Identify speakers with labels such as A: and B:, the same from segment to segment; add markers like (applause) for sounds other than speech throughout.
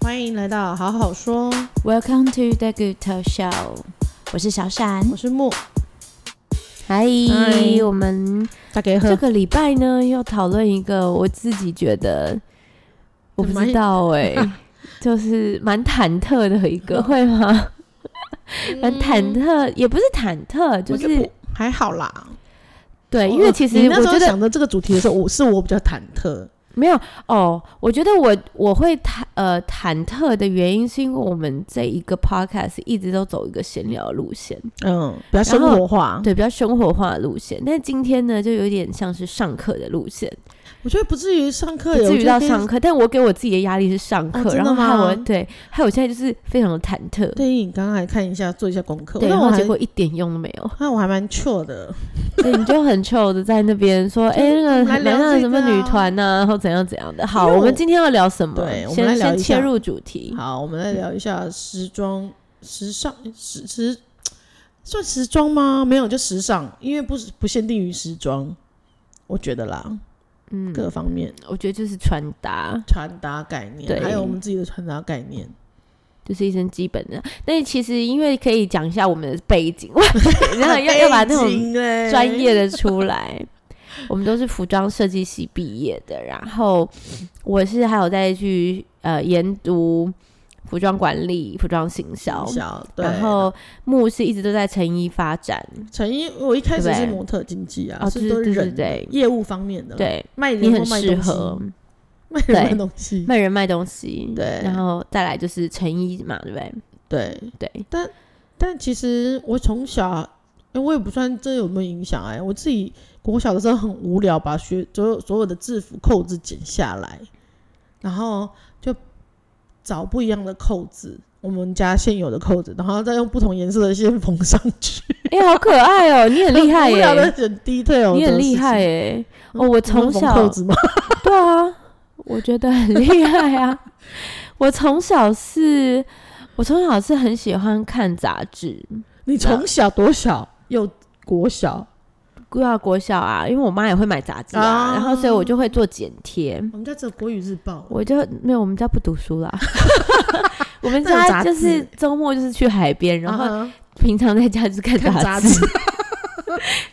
A: 欢迎来到好好说，
B: Welcome to the Good Talk Show，我是小闪。
A: 我是木，
B: 嗨
A: 嗨
B: 我们
A: 大家好
B: (laughs) 这。个礼拜呢要讨论一个我自己觉得我不知道哎、 (laughs) 就是蛮忐忑的一个，会吗？蛮忐忑，也不是忐忑，
A: 嗯
B: 就哦
A: 我就是不还好啦。
B: 对，因为其
A: 你
B: 实
A: 那
B: 我
A: 时候
B: 觉得
A: 想的这个主题的时候，我是我比较忐忑，
B: 没有哦，我觉得我我会忐呃忐忑的原因是因为我们这一个 podcast 一直都走一个闲聊路线，
A: 嗯，比较生活化。
B: 对，比较生活化的路线。但今天呢，就有点像是上课的路线，
A: 我觉得不至于上课
B: 不
A: 耶，
B: 至于到
A: 我觉得可以
B: 上课。但我给我自己的压力是上
A: 哦
B: 课，
A: 真的
B: 然后害
A: 吗
B: 我对，害我现在就是非常的忐忑，
A: 对，你刚刚还看一下，做一下功课。
B: 对，
A: 那
B: 然
A: 我
B: 后
A: 还啊
B: 结果一点用都没有。
A: 那我还蛮 chill 的，
B: 对， (laughs) 你就很 chill 的在那边说，哎、
A: 就是我
B: 那
A: 们
B: 个
A: 来聊
B: 那个
A: 这
B: 什么
A: 个
B: 女
A: 啊
B: 团呐、然后怎样怎样的。好，
A: 因为
B: 我们
A: 我
B: 今天要聊什么？
A: 对我们来
B: 先
A: 聊
B: 先
A: 一
B: 切
A: 下
B: 入主题。
A: 好，我们来聊一下时装、时尚、时时算时装吗？没有，就时尚，因为不是不限定于时装，我觉得啦，
B: 嗯，
A: 各方面
B: 我觉得就是穿搭，
A: 穿搭概念，
B: 对
A: 还有我们自己的穿搭概念。
B: 就是一身基本的。但其实因为可以讲一下我们的背景， (laughs) 然
A: (laughs)
B: 后要要把那种 (laughs) 专业的出来。我们都是服装设计系毕业的，然后我是还有再去呃研读服装管理、服装行销，
A: 小，对。
B: 然后木是一直都在成衣发展，
A: 陈一，我一开始是
B: 对
A: 模特经济啊，
B: 哦
A: 是
B: 对
A: 都是
B: 对对
A: 人
B: 对
A: 业务方面的，，
B: 对
A: 卖
B: 你
A: 人或
B: 很
A: 卖
B: 适
A: 东西，
B: 合
A: 卖人卖
B: 对
A: 东西，
B: 卖人卖东西，
A: 对
B: 然后再来就是成衣嘛，对不对？
A: 对。
B: 对，
A: 但其实我从小，因为我也不算这有没有影响哎、我自己国小的时候很无聊，把学所有所有的制服扣子剪下来，然后就找不一样的扣子，我们家现有的扣子，然后再用不同颜色的线缝上去。
B: 哎、好可爱哦、你很厉害
A: (laughs) 无
B: 耶、
A: 聊的很 detail，
B: 你
A: 的
B: 很厉
A: 事情
B: 害耶、哦我
A: 你会
B: 从
A: 缝
B: 小
A: 扣
B: (laughs)
A: 子吗？
B: 对啊，我觉得很厉
A: (laughs)
B: 害啊！我从小是，我从小是很喜欢看杂志，
A: 你从小多小？幼国小？
B: 国小国小啊，因为我妈也会买杂志啊，
A: 啊
B: 然后所以我就会做剪贴。
A: 我们家只有国语日报。
B: 我就没有，我们家不读
A: (laughs)
B: 书啦。我们
A: 那有杂
B: 家就
A: 志
B: 是周末就是去海边，然后
A: 啊
B: 平常在家就是看
A: 看
B: 杂
A: 杂
B: 志。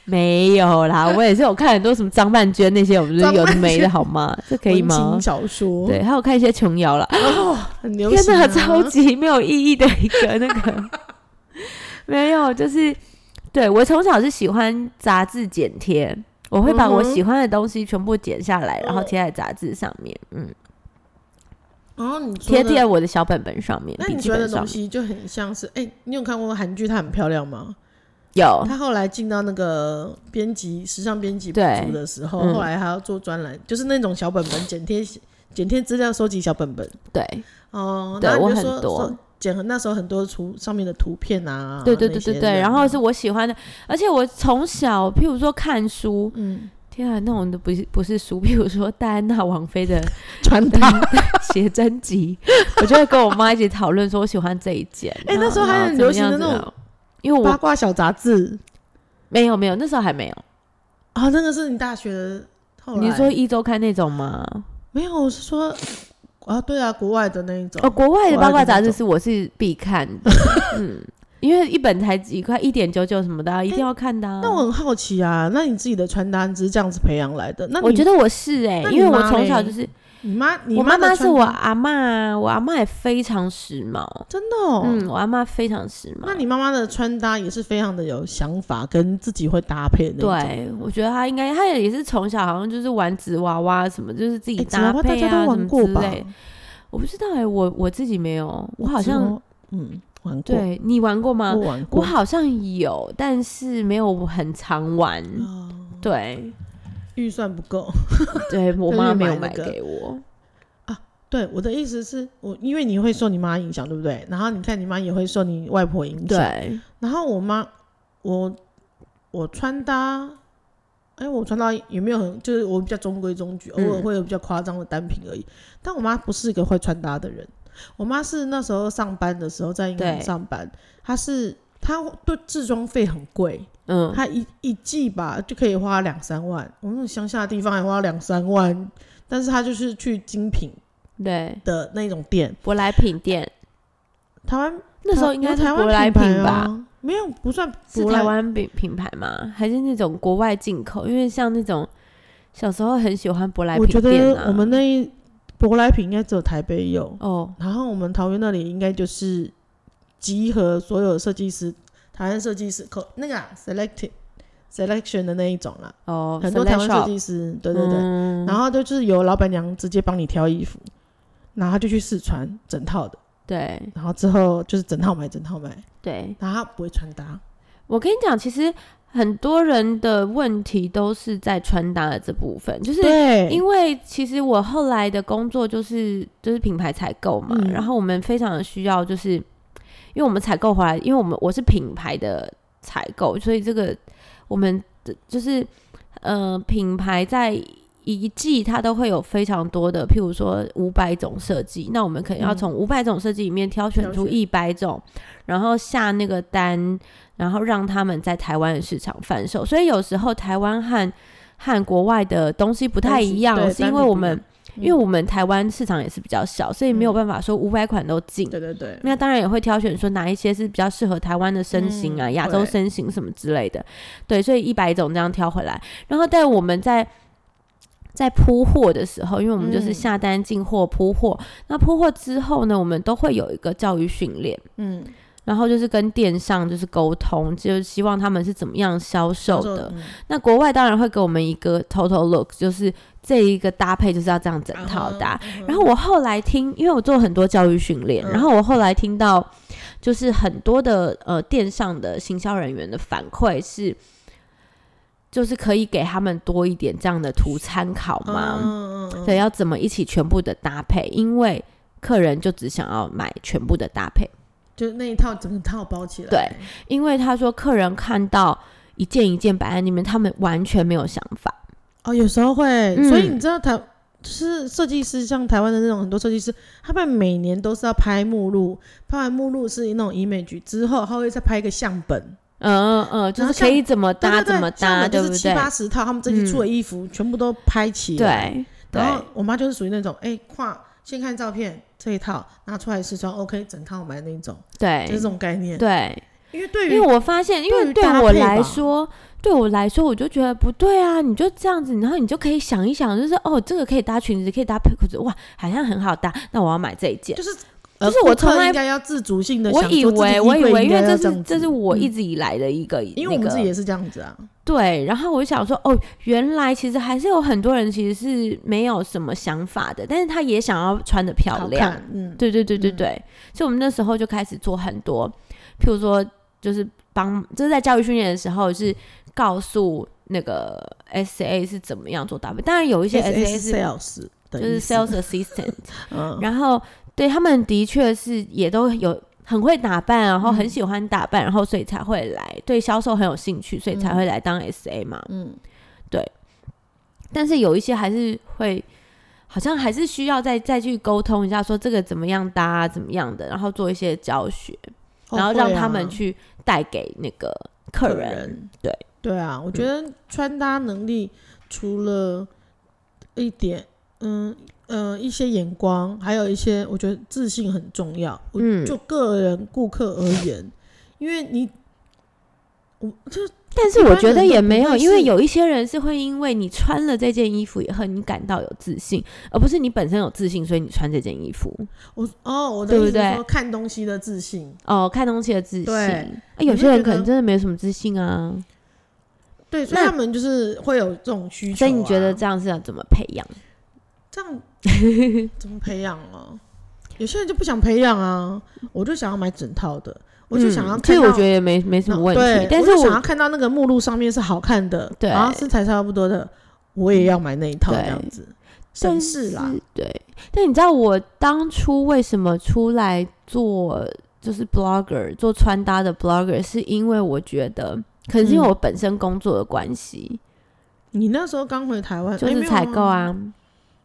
B: 没有啦，我也是有看很多什么张曼娟那些，我们就是有的没的好吗？这可以
A: 文
B: 吗
A: 青？小说，
B: 对，还有看一些琼瑶啦。
A: 哦，很流
B: 天
A: 行
B: 哪，
A: 啊。
B: 超级没有意义的一个那
A: (laughs)
B: 个，没有，就是对我从小是喜欢杂志剪贴，我会把我
A: 嗯哼
B: 喜欢的东西全部剪下来，然后贴在杂志上面，嗯，
A: 哦，你说
B: 贴
A: 的
B: 贴在我的小本本上面，
A: 那
B: 笔
A: 你
B: 记
A: 觉得
B: 本
A: 的
B: 上
A: 东
B: 面
A: 西就很像是，哎、你有看过韩剧《她很漂亮》吗？
B: 有
A: 她后来进到那个编辑时尚编辑部
B: 对
A: 的时候，
B: 嗯
A: 后来还要做专栏，就是那种小本本剪贴剪贴资料收集小本本
B: 对
A: 哦。
B: 对
A: 然后你就
B: 我
A: 说
B: 很多
A: 说剪很那时候很多图上面的图片啊，
B: 对对对
A: 那些
B: 对对，
A: 人
B: 然后是我喜欢的，而且我从小譬如说看书，
A: 嗯
B: 天啊，那种都不是不是书，譬 (laughs) 如说戴安娜王妃的
A: 传达，
B: 嗯 (laughs) 写真集，我就会跟我妈一起讨论说，我喜欢这一件。
A: 哎
B: 然后
A: 那时候还很流行的那，
B: 然后怎么
A: 种
B: 样怎么样因为
A: 八
B: 我
A: 卦小杂志
B: 没有没有，那时候还没有。
A: 啊，那个是你大学的后来
B: 你说一周刊那种吗？
A: 没有？我是说啊，对啊，国外的那一种
B: 哦，国
A: 国外
B: 外的
A: 的
B: 八卦杂
A: 那
B: 志
A: 种
B: 是我是必看
A: (laughs)
B: 的，嗯，因为一本才几块，一点九九什么的啊、一定要看的、啊。
A: 哎那我很好奇啊，那你自己的穿搭只是这样子培养来的？那你
B: 我觉得我是哎、
A: 那你
B: 因为我
A: 妈
B: 从小
A: 嘞
B: 就是
A: 你妈，你
B: 我妈
A: 的
B: 妈是
A: 穿
B: 我
A: 搭
B: 阿嬷啊，我阿嬷也非常时髦，
A: 真的、哦。
B: 嗯，我阿嬷非常时髦。
A: 那你妈妈的穿搭也是非常的有想法，跟自己会搭配的那种。
B: 对，我觉得她应该，她也是从小好像就是玩纸娃娃什么，就是自己
A: 诶哎纸
B: 搭
A: 娃娃大
B: 配
A: 家
B: 啊
A: 都
B: 什
A: 玩
B: 么
A: 过
B: 之
A: 吧？
B: 类。我不知道哎、我我自己没有，我好
A: 纸娃
B: 像
A: 嗯玩过，
B: 对你玩过吗
A: 我？玩
B: 我
A: 过。
B: 好像有，但是没有很常玩。
A: 啊 (laughs)
B: 对，
A: 预算不够。 (laughs)
B: 对我
A: 就
B: 妈
A: 是
B: 没
A: 买
B: 有
A: 那
B: 买
A: 个
B: 给我。
A: 对，我的意思是我，因为你会受你妈影响，对不对？然后你看你妈也会受你外婆影响，
B: 对，
A: 然后我妈，我我穿搭，哎，我穿搭也没有很，就是我比较中规中矩，偶尔
B: 嗯
A: 会有比较夸张的单品而已。但我妈不是一个会穿搭的人，我妈是那时候上班的时候在银行
B: 对
A: 上班，她是她对制装费很贵，
B: 嗯，
A: 她一一季吧就可以花两三万，我们那种乡下的地方还花两三万，但是她就是去精品
B: 对，
A: 的那种店，
B: 舶来
A: (laughs)
B: 品店
A: 台湾
B: 那时候应该是舶来
A: 品
B: 品吧？
A: 啊，没有不算
B: 是
A: 舶来
B: 台湾品品牌吗？还是那种国外进口？因为像那种小时候很喜欢舶来
A: 我
B: 品
A: 觉
B: 店
A: 得
B: 啊。
A: 我们那一舶来品应该只有台北有，
B: 哦，
A: 然后我们桃园那里应该就是集合所有设计师，台湾设计师可那个、啊、selecting selection 的那一种啦，
B: 哦，
A: 很多
B: select
A: 台湾设
B: shop
A: 计师，对对对，
B: 嗯
A: 然后就是由老板娘直接帮你挑衣服，然后他就去试穿整套的，
B: 对
A: 然后之后就是整套买整套买，
B: 对，
A: 然后他不会穿搭，
B: 我跟你讲，其实很多人的问题都是在穿搭的这部分，就是
A: 对，
B: 因为其实我后来的工作就是就是品牌采购嘛，
A: 嗯
B: 然后我们非常的需要，就是因为我们采购回来，因为我们我是品牌的采购，所以这个我们的就是呃品牌在。一季它都会有非常多的，譬如说五百种设计，那我们可能要
A: 嗯
B: 从五百种设计里面挑选
A: 挑
B: 出
A: 选
B: 一百种，然后下那个单，然后让他们在台湾的市场贩售。所以有时候台湾和和国外的东西不太一样，
A: 对
B: 是因为我们
A: 单品不一样嗯
B: 因为我们台湾市场也是比较小，所以没有
A: 嗯
B: 办法说五百款都进。
A: 对对对，
B: 那当然也会挑选说哪一些是比较适合台湾的身形啊、
A: 嗯
B: 亚、洲身形什么之类的，对，所以一百种这样挑回来。然后但我们在在铺货的时候，因为我们就是
A: 嗯
B: 下单进货铺货，那铺货之后呢，我们都会有一个教育训练。
A: 嗯，
B: 然后就是跟电商就是沟通，就是希望他们是怎么样销售的。
A: 嗯
B: 那国外当然会给我们一个 total look，就是这一个搭配就是要这样整套搭。，
A: 嗯哼
B: 然后我后来听，因为我做很多教育训练，
A: 嗯
B: 然后我后来听到，就是很多的呃电商的行销人员的反馈是，就是可以给他们多一点这样的图参考嘛。
A: 嗯嗯嗯，
B: 对，要怎么一起全部的搭配？因为客人就只想要买全部的搭配。
A: 就是那一套整套包起来，
B: 对，因为他说客人看到一件一件摆在那边，他们完全没有想法。
A: 哦，有时候会，
B: 嗯
A: 所以你知道台就是设计师，像台湾的那种很多设计师，他们每年都是要拍目录，拍完目录是那种 image 之后，他会再拍一个相本，
B: 嗯嗯嗯，就
A: 然后
B: 是可以怎么
A: 对
B: 搭
A: 对
B: 怎么
A: 对，相
B: 搭，
A: 本就
B: 对
A: 是
B: 不
A: 七
B: 对？
A: 八十套，他们这期出的衣服全部都拍齐了。
B: 对嗯对
A: 然后我妈就是属于那种，哎，跨先看照片这一套拿出来试穿，OK，整套买那一种，就是这
B: 对
A: 种概念。
B: 对，
A: 因为对
B: 因
A: 于
B: 为我发现，因
A: 对
B: 为
A: 于
B: 对
A: 搭
B: 我
A: 配
B: 来
A: 吧
B: 说，对我来说，我就觉得不对啊！你就这样子，然后你就可以想一想，就是哦，这个可以搭裙子，可以搭配裤子，哇，好像很好搭，那我要买这一件。
A: 就是
B: 就
A: 呃
B: 是我
A: 顾客
B: 从来
A: 应该要自主性的，
B: 我以为，我以为，因为这是这是我
A: 嗯
B: 一直以来的一个，
A: 因为我
B: 那
A: 们
B: 个
A: 自己也是这样子啊，
B: 对，然后我就想说，哦，原来其实还是有很多人其实是没有什么想法的，但是他也想要穿的漂
A: 好
B: 亮。
A: 看，嗯，
B: 对对对对
A: 嗯
B: 对，所以我们那时候就开始做很多，譬如说就是帮，就是在教育训练的时候是告诉那个 S A 是怎么样做搭配，当然有一些 S A 是
A: sales 的
B: 就
A: 意
B: 是
A: 思
B: sales assistant，
A: 嗯，
B: 然后对他们的确是也都有很会打扮，然后
A: 嗯
B: 很喜欢打扮，然后所以才会来对销售很有兴趣，所以才会来当 SA 嘛。
A: 嗯，
B: 对。但是有一些还是会，好像还是需要再再去沟通一下，说这个怎么样搭、啊，怎么样的，然后做一些教学，然后让他们去带给那个客
A: 哦啊客
B: 人。对嗯
A: 对对啊，我觉得穿搭能力除了一点，嗯呃一些眼光，还有一些我觉得自信很重要。我
B: 嗯
A: 就个人顾客而言，因为你
B: 但是
A: 一
B: 我
A: 般
B: 觉得
A: 人
B: 也
A: 都不
B: 没有，
A: 会
B: 因为
A: 是
B: 有一些人是会因为你穿了这件衣服以后，你感到有自信，而不是你本身有自信，所以你穿这件衣服。
A: (laughs) 我哦我的
B: 对不
A: 意思
B: 对
A: 是说看东西的自信，
B: 哦，看东西的自信。
A: 对
B: 啊
A: 你
B: 有
A: 会
B: 些人
A: 觉
B: 可能
A: 得
B: 真的没什么自信啊。
A: 对，所以
B: 那
A: 他们就是会有这种需求、啊。
B: 所以你觉得这样是要怎么培养？
A: 这样怎么培养啊？有些人就不想培养啊，我就想要买整套的，我就想要
B: 嗯其
A: 看
B: 实
A: 到、
B: 我觉得也没没什么问
A: 对
B: 题，但是
A: 我就想要看到那个目录上面是好看的，
B: 对
A: 然后身材差不多的，我也要买那一套
B: 对
A: 这样子，
B: 但
A: 绅士啦，
B: 对，但你知道我当初为什么出来做就是 blogger 做穿搭的 blogger，是因为我觉得，可能是因为
A: 嗯
B: 我本身工作的关系，
A: 你那时候刚回台湾，
B: 就
A: 哎
B: 是采购，
A: 没有
B: 啊。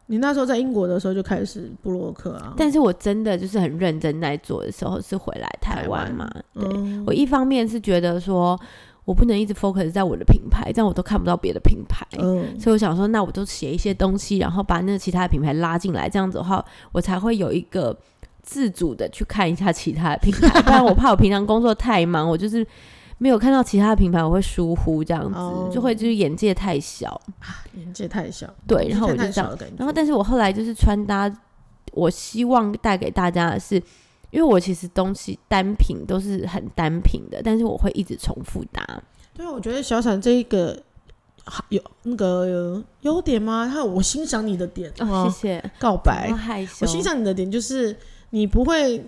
A: 你那时候在英国的时候就开始布洛克啊，
B: 但是我真的就是很认真在做的时候，是回来台
A: 台
B: 湾
A: 湾
B: 嘛？对，
A: 嗯
B: 我一方面是觉得说，我不能一直 focus 在我的品牌，这样我都看不到别的品牌。
A: 嗯，
B: 所以我想说，那我就写一些东西，然后把那个其他的品牌拉进来，这样子的话，我才会有一个自主的去看一下其他的品
A: (laughs)
B: 牌，不然我怕我平常工作太忙，我就是没有看到其他的品牌，我会疏忽这样子，
A: 哦
B: 就会就是眼界太小。
A: 年纪太小，
B: 对，然后我就
A: 太
B: 这样
A: 小的感觉，
B: 然后，但是我后来就是穿搭，我希望带给大家的是，因为我其实东西单品都是很单品的，但是我会一直重复搭。
A: 对啊，我觉得小闪这一个好有那个优点吗？还有我欣赏你的点，
B: 哦，谢谢。
A: 告白
B: 不要，害羞。
A: 我欣赏你的点就是你不会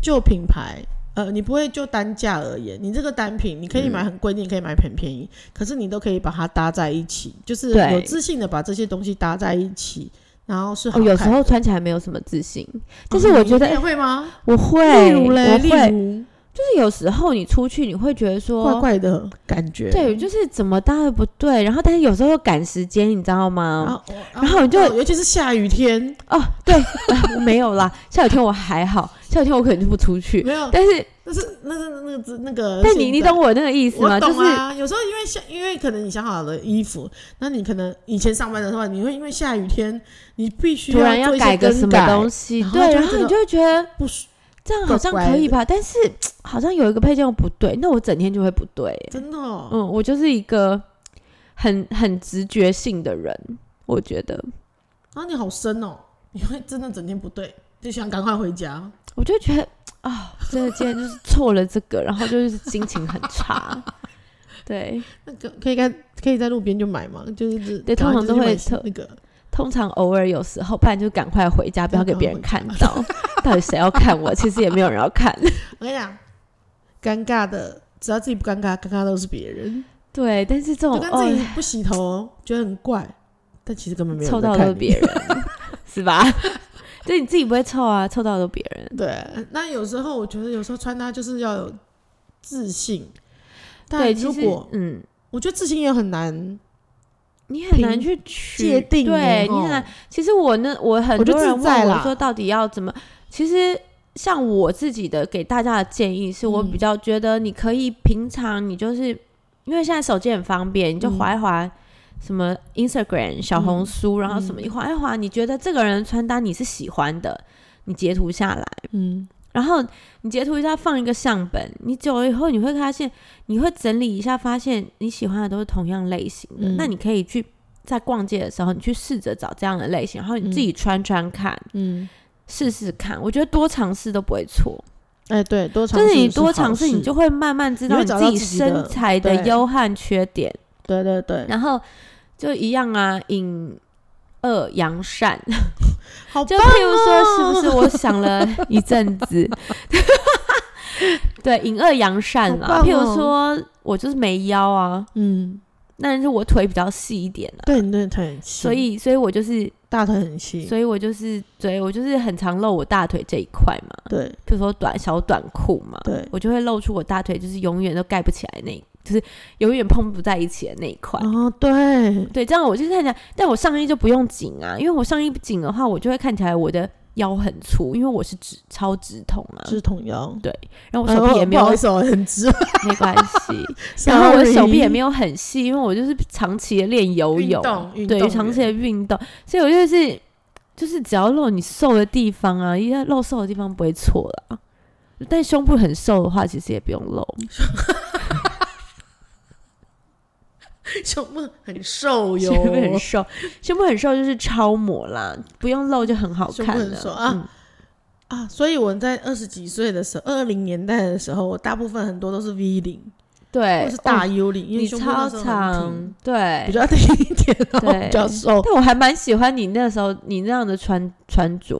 A: 就品牌，呃，你不会就单价而言，你这个单品你可以买很贵，你也可以买很便宜，可是你都可以把它搭在一起，就是
B: 嗯对
A: 有自信的把这些东西搭在一起，然后是好
B: 哦，有时
A: 看嗯
B: 候穿起来没有什么自信，但是我觉
A: 哦你也
B: 得
A: 会吗？
B: 我会，
A: 例如嘞，
B: 我
A: 例
B: 会，
A: 如
B: 就是有时候你出去你会觉得说，
A: 怪怪的感觉，
B: 对，就是怎么搭的不对，然后但是有时候又赶时间，你知道吗？
A: 然后哦
B: 然后你就
A: 尤其是下雨天，
B: 哦，对，啊没有啦，下雨天我还好，下雨天我可能就不出去，
A: 没有，
B: 但是
A: 那是那是那个那个，
B: 但你你懂我那个意思
A: 我
B: 吗？就
A: 懂
B: 是
A: 啊，有时候因为下，因为可能你想好了衣服，那你可能以前上班的时候，你会因为下雨天，你必须
B: 突然
A: 要
B: 要
A: 做一些
B: 改个
A: 更
B: 什么
A: 改
B: 东西，
A: 然后
B: 对，
A: 就会
B: 然后
A: 觉
B: 你
A: 得
B: 就会觉得
A: 不舒
B: 这样好像
A: 怪怪
B: 可以吧，但是好像有一个配件又不对，那我整天就会不对。
A: 真的、哦，
B: 嗯，我就是一个很很直觉性的人，我觉得，
A: 然后你好深哦，你会真的整天不对，就想赶快回家。
B: 我就觉得啊、真的今天就是错了这个，然后就是心情很差。对，
A: 那个可以在可以在路边就买嘛，就是
B: 对
A: 赶快
B: 通
A: 就
B: 常都
A: 去买
B: 会
A: 新
B: 特
A: 那个
B: 通常偶尔有时候，不然就赶快回家，不要给别人看到。到底谁要看我？其实也没有人要看。 (laughs)
A: 我跟你讲，尴尬的，只要自己不尴尬，尴尬都是别人。
B: 对，但是这种
A: 就跟自
B: 哦
A: 己，不洗头，觉得很怪，但其实根本没有
B: 臭
A: 人在
B: 到都
A: 看
B: 是
A: 你 (laughs)
B: 别人，是吧？ (laughs) 对，你自己不会臭啊，臭到都别人。
A: 对，那有时候我觉得有时候穿搭就是要有自信，但
B: 对，其
A: 如
B: 实
A: 果
B: 嗯，
A: 我觉得自信也很难
B: 你很难
A: 评
B: 去取
A: 界定欸，
B: 对你很难
A: 吼。
B: 其实我那我很
A: 我就
B: 多人
A: 自在
B: 问我
A: 啦
B: 说，到底要怎么？其实像我自己的给大家的建议是，我
A: 嗯
B: 比较觉得你可以平常你就是因为现在手机很方便，你就
A: 嗯
B: 划一划什么 Instagram、小红书，然后什么
A: 嗯
B: 一划一划，你觉得这个人穿搭你是喜欢的，你截图下来。
A: 嗯，
B: 然后你截图一下，放一个相本，你久了以后你会发现，你会整理一下，发现你喜欢的都是同样类型的。
A: 嗯
B: 那你可以去在逛街的时候，你去试着找这样的类型，然后你
A: 嗯
B: 自己穿穿看，
A: 嗯，
B: 试试看。我觉得多尝试都不会错，
A: 哎、对，多尝
B: 就
A: 试
B: 是你
A: 好
B: 多
A: 事
B: 尝试，你就会慢慢知道
A: 你会
B: 你
A: 找到
B: 己
A: 自己的
B: 身材的
A: 对
B: 优憾缺点，
A: 对对对，
B: 然后就一样啊，引恶扬善。
A: 好
B: 就
A: 棒
B: 譬如说，是不是我想了一阵
A: (laughs)
B: 子？对，隐恶扬善
A: 好
B: 啦。
A: 棒哦
B: 譬如说，我就是没腰啊，
A: 嗯，
B: 但是我腿比较细一点啊，
A: 对，嗯你的腿很细，
B: 所以，所以我就是，
A: 大腿很细，
B: 所以我就是，所以我就是很常露我大腿这一块嘛。
A: 对
B: 譬如说短小短裤嘛，
A: 对，
B: 我就会露出我大腿，就是永远都盖不起来那，就是永远碰不在一起的那一块。
A: 哦对，
B: 对，这样我就是看起来，但我上衣就不用紧啊，因为我上衣紧的话，我就会看起来我的腰很粗，因为我是直超直筒啊，
A: 是桶腰，
B: 然后我
A: 哎
B: 手臂也没有、
A: 不好意思哦，很直，
B: 没关
A: (laughs)
B: 系， (laughs) 然后我的手臂也没有很细，因为我就是长期的练游
A: 运
B: 泳，
A: 动，运
B: 对，
A: 动
B: 长期
A: 员
B: 的运动，所以我就是就是只要露你瘦的地方啊，一下露瘦的地方不会错啦。但胸部很瘦的话，其实也不用露。
A: 胸部很瘦哟，
B: 胸部很瘦，胸部很瘦就是超模啦，不用露就很好
A: 胸
B: 看
A: 部
B: 了。
A: 很瘦啊
B: 嗯
A: 啊，所以我在二十几岁的时候，二零年代的时候，我大部分很多都是 V 领
B: 对，
A: 或是大
B: 哦
A: U 领，因为
B: 你
A: 胸部那
B: 超
A: 时候很
B: 长哎
A: 挺，，
B: 对
A: 比。较挺一点，然后
B: 对
A: 比较瘦。
B: 但我还蛮喜欢你那时候你那样的穿穿着，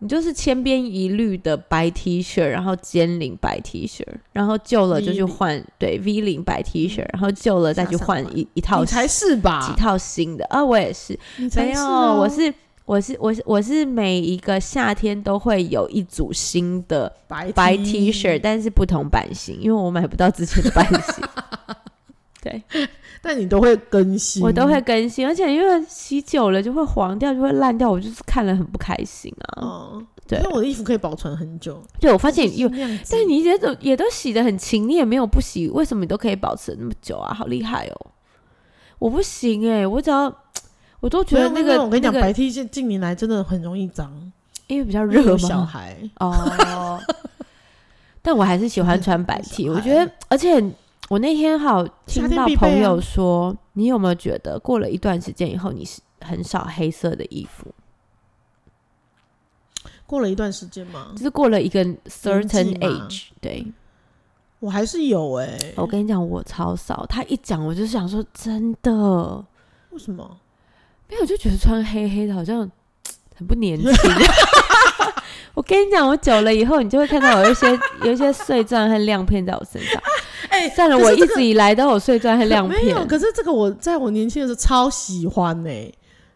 B: 你就是千篇一律的白 T 恤，然后尖领白 T 恤，然后旧了就
A: V
B: 去
A: 领嗯
B: 换对 V 领白 T 恤，然后旧了再去换
A: 下上
B: 一一套
A: 你才
B: 新
A: 是
B: 几
A: 吧？
B: 套新的啊，我也是，
A: 你才
B: 没
A: 是
B: 有，
A: 哦、
B: 我是我是我是我是每一个夏天都会有一组新的
A: 白 (laughs)
B: 白 T 恤，但是不同版型，因为我买不到之前的版型。对，
A: 但你都会更新，
B: 我都会更新，而且因为洗久了就会黄掉，就会烂掉，我就是看了很不开心啊。
A: 哦，
B: 对
A: 因为我的衣服可以保存很久，
B: 对，我发现有，
A: 量级
B: 但你也都也都洗的很勤，你也没有不洗，为什么你都可以保持那么久啊？好厉害哦！我不行哎、我只要我都觉
A: 没有
B: 得那
A: 没
B: 个
A: 有我跟你讲，
B: 那个
A: 白 T 现近年来真的很容易脏，
B: 因为比较
A: 因为
B: 热
A: 有小
B: 嘛，
A: 孩，
B: 哦，但我还是喜欢穿白
A: (laughs)
B: T，
A: 小
B: 我
A: 孩
B: 觉得，而且我那天好听
A: 夏天
B: 到
A: 必备啊
B: 朋友说，你有没有觉得过了一段时间以后，你是很少黑色的衣服，
A: 过了一段时间嘛
B: 就，是过了一个 certain
A: 纪嘛
B: age，对
A: 我还是有哎、
B: 我跟你讲，我超少。他一讲，我就想说，真的，没
A: 为什么？
B: 有，我就觉得穿黑黑的好像很不
A: (laughs)
B: 年轻。我跟你讲，我久了以后，你就会看到有一些 (laughs) 有一些碎钻和亮片在我身上。
A: 哎
B: 算了，
A: 可是
B: 我一
A: 这个
B: 直以来都有碎钻和亮
A: 没有，
B: 片。
A: 可是这个我在我年轻的时候超喜欢呢、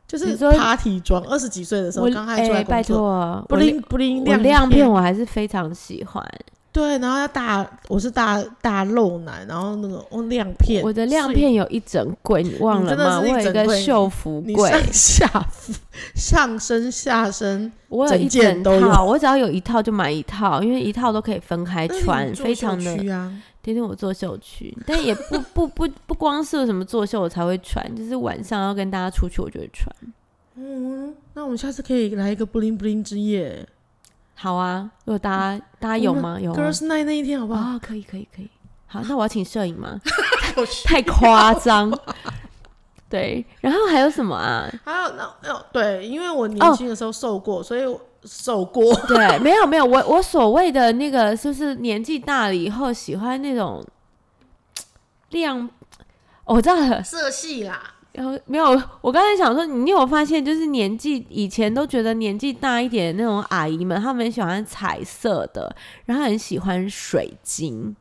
A: 就
B: 你
A: 是
B: 说
A: party 装，二十几岁的时候
B: 我哎
A: 刚开始出来
B: 拜
A: 工作，
B: 托，
A: 不
B: 我
A: 灵不灵
B: 我亮
A: 亮
B: 片我还是非常喜欢。
A: 对，然后要大，我是大大肉奶，然后那种哦亮片，
B: 我的亮
A: 所以
B: 片有一整柜，你忘
A: 你
B: 了
A: 真的
B: 吗？
A: 是一
B: 我有一
A: 整
B: 个
A: 柜
B: 秀服
A: 你
B: 柜，
A: 上下上身下身，
B: 我有一
A: 整件
B: 整
A: 都有
B: 套，我只要有一套就买一套，因为一套都可以分开
A: 那你
B: 穿，
A: 做
B: 非
A: 秀
B: 常的。
A: 区啊，
B: 天天我做秀去，但也不不不不光是有什么做秀我才会穿，就是晚上要跟大家出去我就会穿。
A: 嗯，那我们下次可以来一个 bling bling 之夜
B: 好啊，如果大家大家有吗？有吗
A: ，Girls Night 那一天好不好？
B: 啊，可以可以可以。好，那我要请摄影
A: (laughs)
B: 吗？
A: 有趣
B: 太夸张。 (laughs) 对，然后还有什么啊？
A: 还有那哦，对，因为我
B: 哦
A: 年轻的时候瘦过，所以我瘦过， (laughs)
B: 对，没有没有，我我所谓的那个，就是年纪大了以后喜欢那种亮，哦我知道了，
A: 色系啦，
B: 然后没有，我刚才想说，你有发现，就是年纪以前都觉得年纪大一点的那种阿姨们，她们很喜欢彩色的，然后很喜欢水晶。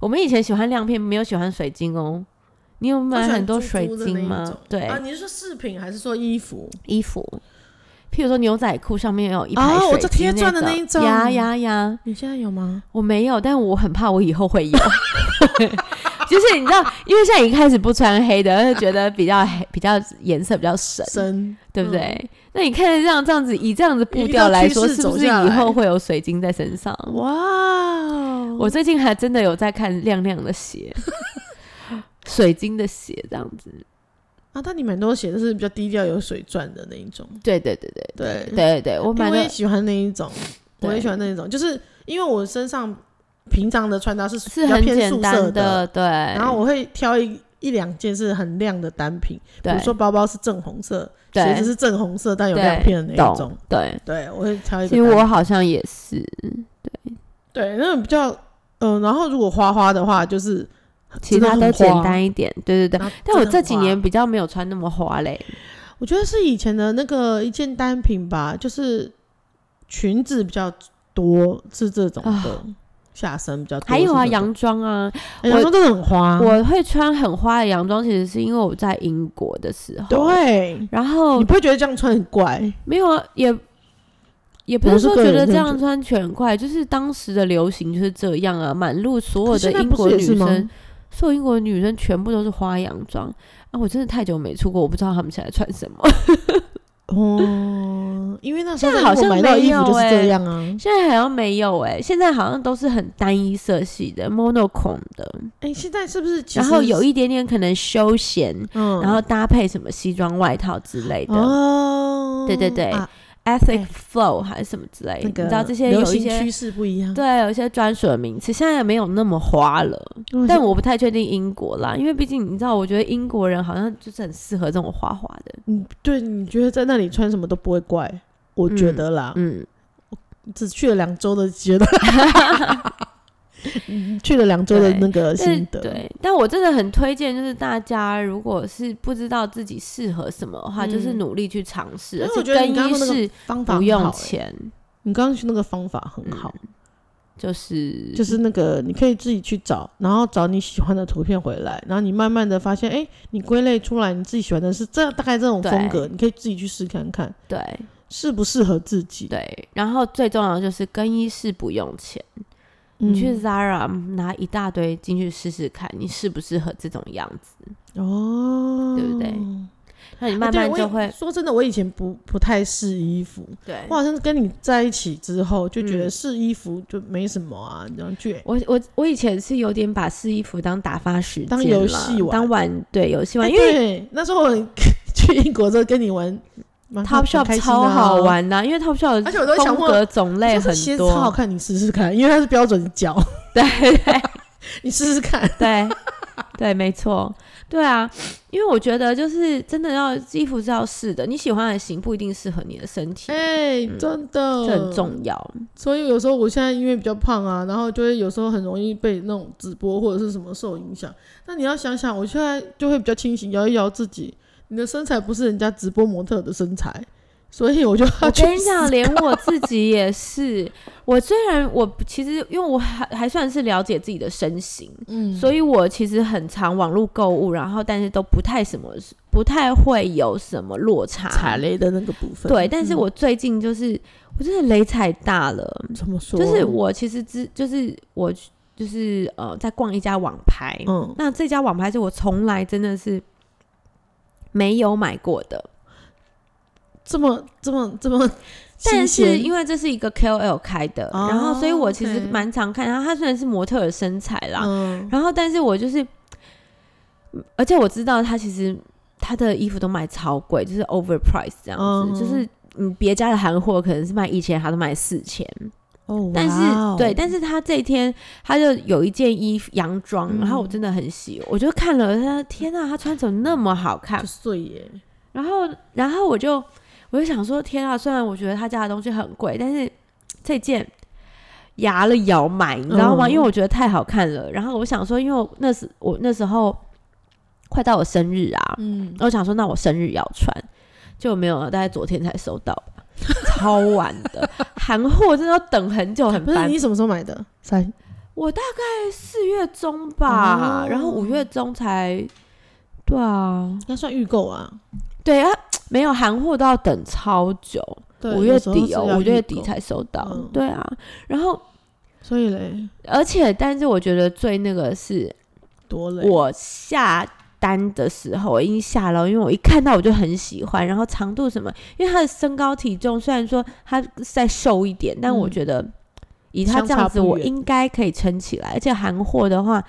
B: 我们以前喜欢亮片，没有喜欢水晶哦。你有买
A: 我喜欢
B: 很多
A: 珠珠
B: 水
A: 的
B: 晶
A: 那一
B: 吗
A: 种？
B: 对，
A: 啊，你是说饰品还是说衣服？
B: 衣服，譬如说牛仔裤上面有一排水
A: 哦
B: 晶、
A: 我这贴钻的那一种
B: 呀呀呀！
A: 你现在有吗？
B: 我没有，但我很怕我以后会有。 (laughs) 就是你知道，因为现在已经开始不穿黑的，而且觉得比较黑，比较颜色比较深。嗯
A: 深，
B: 对不对？那你看这样这样子，以这样子步
A: 依
B: 调
A: 照
B: 来
A: 趋
B: 说，
A: 势
B: 是不
A: 走
B: 是
A: 下
B: 以后
A: 来
B: 会有水晶在身上？
A: 哇哦，
B: 我最近还真的有在看亮亮的鞋， (laughs) 水晶的鞋这样子。
A: 啊，但你蛮多鞋都是比较低调有水钻的那一种，
B: 对对对对
A: 对
B: 对对对，我
A: 因为
B: 买
A: 我
B: 了
A: 也。喜欢那一种，我
B: 对
A: 也喜欢那一种，就是因为我身上平常的穿搭是
B: 是
A: 比较
B: 很
A: 偏素
B: 简
A: 色
B: 单的，对。
A: 然后我会挑一一两件是很亮的单品，比
B: 对
A: 如说包包是正红色，
B: 对
A: 鞋子是正红色但有
B: 对
A: 亮片的那一种
B: 懂，对，
A: 对，我会挑一
B: 其
A: 个
B: 实
A: 单品。
B: 我好像也是
A: 对那种比较，嗯，然后如果花花的话，就是
B: 其他都简单一点，对对对。
A: 然后
B: 但我
A: 真的
B: 这
A: 很
B: 几
A: 花
B: 年比较没有穿那么花嘞，
A: 我觉得是以前的那个一件单品吧，就是裙子比较多是这种的，下身比较多。
B: 啊还有啊，
A: 是这种啊
B: 洋装啊，
A: 哎
B: 我
A: 洋装真的很花，
B: 我会穿很花的洋装，其实是因为我在英国的时候，
A: 对，
B: 然后
A: 你不会觉得这样穿很怪？
B: 没有啊，也也不
A: 我
B: 是
A: 是
B: 说
A: 个
B: 觉
A: 人
B: 得这
A: 认
B: 样
A: 同
B: 穿全快，就是当时的流行就是这样啊，满路所有
A: 可是
B: 的
A: 现在
B: 英
A: 不
B: 国
A: 是也
B: 女
A: 是吗
B: 生，？所有英国女生全部都是花洋装啊！我真的太久没出国，我不知道她们现在穿什么。 (laughs)
A: 哦，因为那时候
B: 现在
A: 在
B: 好
A: 英国
B: 像
A: 买到
B: 没
A: 衣
B: 有
A: 服就是
B: 哎
A: 这样啊。
B: 现在好像没有哎、现在好像都是很单一色系的 monochrome 的，
A: 哎、现在是不是其实？
B: 然后有一点点可能休闲，
A: 嗯，
B: 然后搭配什么西装外套之类的。
A: 哦，
B: 对对对
A: 啊
B: ethic flow 还是什么之类的，
A: 那个
B: 你知道这些有
A: 流
B: 一
A: 行
B: 些
A: 趋势不一样。
B: 对有一些专属的名词，现在也没有那么花了。
A: 如果是，
B: 但我不太确定英国啦，因为毕竟你知道，我觉得英国人好像就是很适合这种花花的。
A: 嗯，对，你觉得在那里穿什么都不会怪，我觉
B: 嗯
A: 得啦，
B: 嗯，
A: 只去了两周的觉
B: (laughs)
A: 得，嗯去了两周的那个
B: 但是
A: 心得，
B: 对，但我真的很推荐，就是大家如果是不知道自己适合什么的话，
A: 嗯
B: 就是努力去尝试，
A: 因为
B: 而
A: 我
B: 且
A: 觉得
B: 更
A: 你刚
B: 衣
A: 刚说那
B: 室
A: 方法
B: 不
A: 很好
B: 用
A: 欸。
B: 钱，嗯
A: 你刚刚说那个方法很好，
B: 就是
A: 就是那个你可以自己去找，然后找你喜欢的图片回来，然后你慢慢的发现，哎，你归类出来你自己喜欢的是这大概这种风格，你可以自己去试看看
B: 对
A: 适不适合自己。
B: 对。然后最重要的就是更衣室不用钱，你
A: 嗯
B: 去 Zara 拿一大堆进去试试看，你适不适合这种样子？
A: 哦，
B: 对不对那你
A: 哎
B: 慢
A: 对
B: 慢
A: 我
B: 就
A: 以
B: 会
A: 说真的，我以前不不太试衣服，
B: 对
A: 我好像是跟你在一起之后就觉得
B: 嗯
A: 试衣服就没什么啊，然后去
B: 我我我以前是有点把试衣服当打发时间啦，
A: 当游戏玩
B: 当玩对游戏玩，
A: 哎
B: 因为
A: 对那时候我去英国之后跟你玩蛮
B: Top
A: 蛮
B: Shop
A: 开心的
B: 超
A: 啊
B: 好，玩呐、因为 Top Shop
A: 而且我都想
B: 风
A: 问
B: 格种类
A: 这
B: 很
A: 鞋子超好
B: 多，
A: 看，你试试看，因为它是标准脚， (laughs)
B: 对对
A: 你试试看。
B: 对对，没错，对啊，因为我觉得就是真的要衣服是要试的，你喜欢的型不一定适合你的身体，
A: 哎、
B: 嗯
A: 真的，
B: 这很。重要。
A: 所以有时候我现在因为比较胖啊，然后就会有时候很容易被那种直播或者是什么受影响。那你要想想，我现在就会比较清醒，摇一摇自己，你的身材不是人家直播模特的身材，所以我就要
B: 我
A: 去
B: 跟你讲，连我自己也
A: (laughs)
B: 是，我虽然我其实因为我还还算是了解自己的身形，
A: 嗯，
B: 所以我其实很常网络购物，然后但是都不太什么，不太会有什么落差。
A: 踩雷的那个部分。
B: 对，但是
A: 嗯哦
B: 我最近就是、我真的雷踩大了，
A: 怎么说？
B: 就是，我其实之就是我就是呃在逛一家网拍，
A: 嗯，
B: 那这家网拍是我从来真的是没有买过的，
A: 这么这么这么新鲜，
B: 但是因为这是一个 KOL 开的，
A: 哦
B: 然后所以我其实
A: OK
B: 蛮常看，然后他虽然是模特儿身材啦，
A: 嗯，
B: 然后但是我就是，而且我知道他其实他的衣服都卖超贵，就是 overprice 这样
A: 嗯
B: 子，就是嗯别家的韩货可能是卖一千，他都卖四千，
A: 哦，
B: 但是、
A: 哇哦
B: 对，但是他这一天他就有一件衣服洋装，然后我
A: 嗯
B: 真的很喜欢，我就看了，他天呐，他穿着那么好看
A: 就，碎耶，
B: 然后，然后我就我就想说，天啊！虽然我觉得他家的东西很贵，但是这件牙了咬买，你知道吗？
A: 嗯
B: 因为我觉得太好看了。然后我想说，因为我那时我那时候快到我生日啊，
A: 嗯，
B: 我想说，那我生日也要穿，就没有，大概昨天才收到吧，超晚
A: (laughs)
B: 的。韩货真的要等很久，很
A: 不是
B: 烦。
A: 你什么时候买的？三
B: 我大概四月中吧，
A: 哦
B: 然后五月中才。对啊，
A: 应该算预购啊，
B: 对啊，没有韩货都要等超久。
A: 对，
B: 五月
A: 有时候
B: 底
A: 是
B: 哦，
A: 要
B: 五月
A: 预
B: 底
A: 购，
B: 才收到，
A: 嗯
B: 对啊。然后，
A: 所以嘞，
B: 而且，但是我觉得最那个是
A: 多累，
B: 我下单的时候，我已经下了，因为我一看到我就很喜欢，然后长度什么，因为他的身高体重虽然说他再瘦一点，但我
A: 嗯
B: 觉得以他这
A: 相差
B: 样子，
A: 不
B: 我
A: 远
B: 应该可以撑起来。而且韩货的话，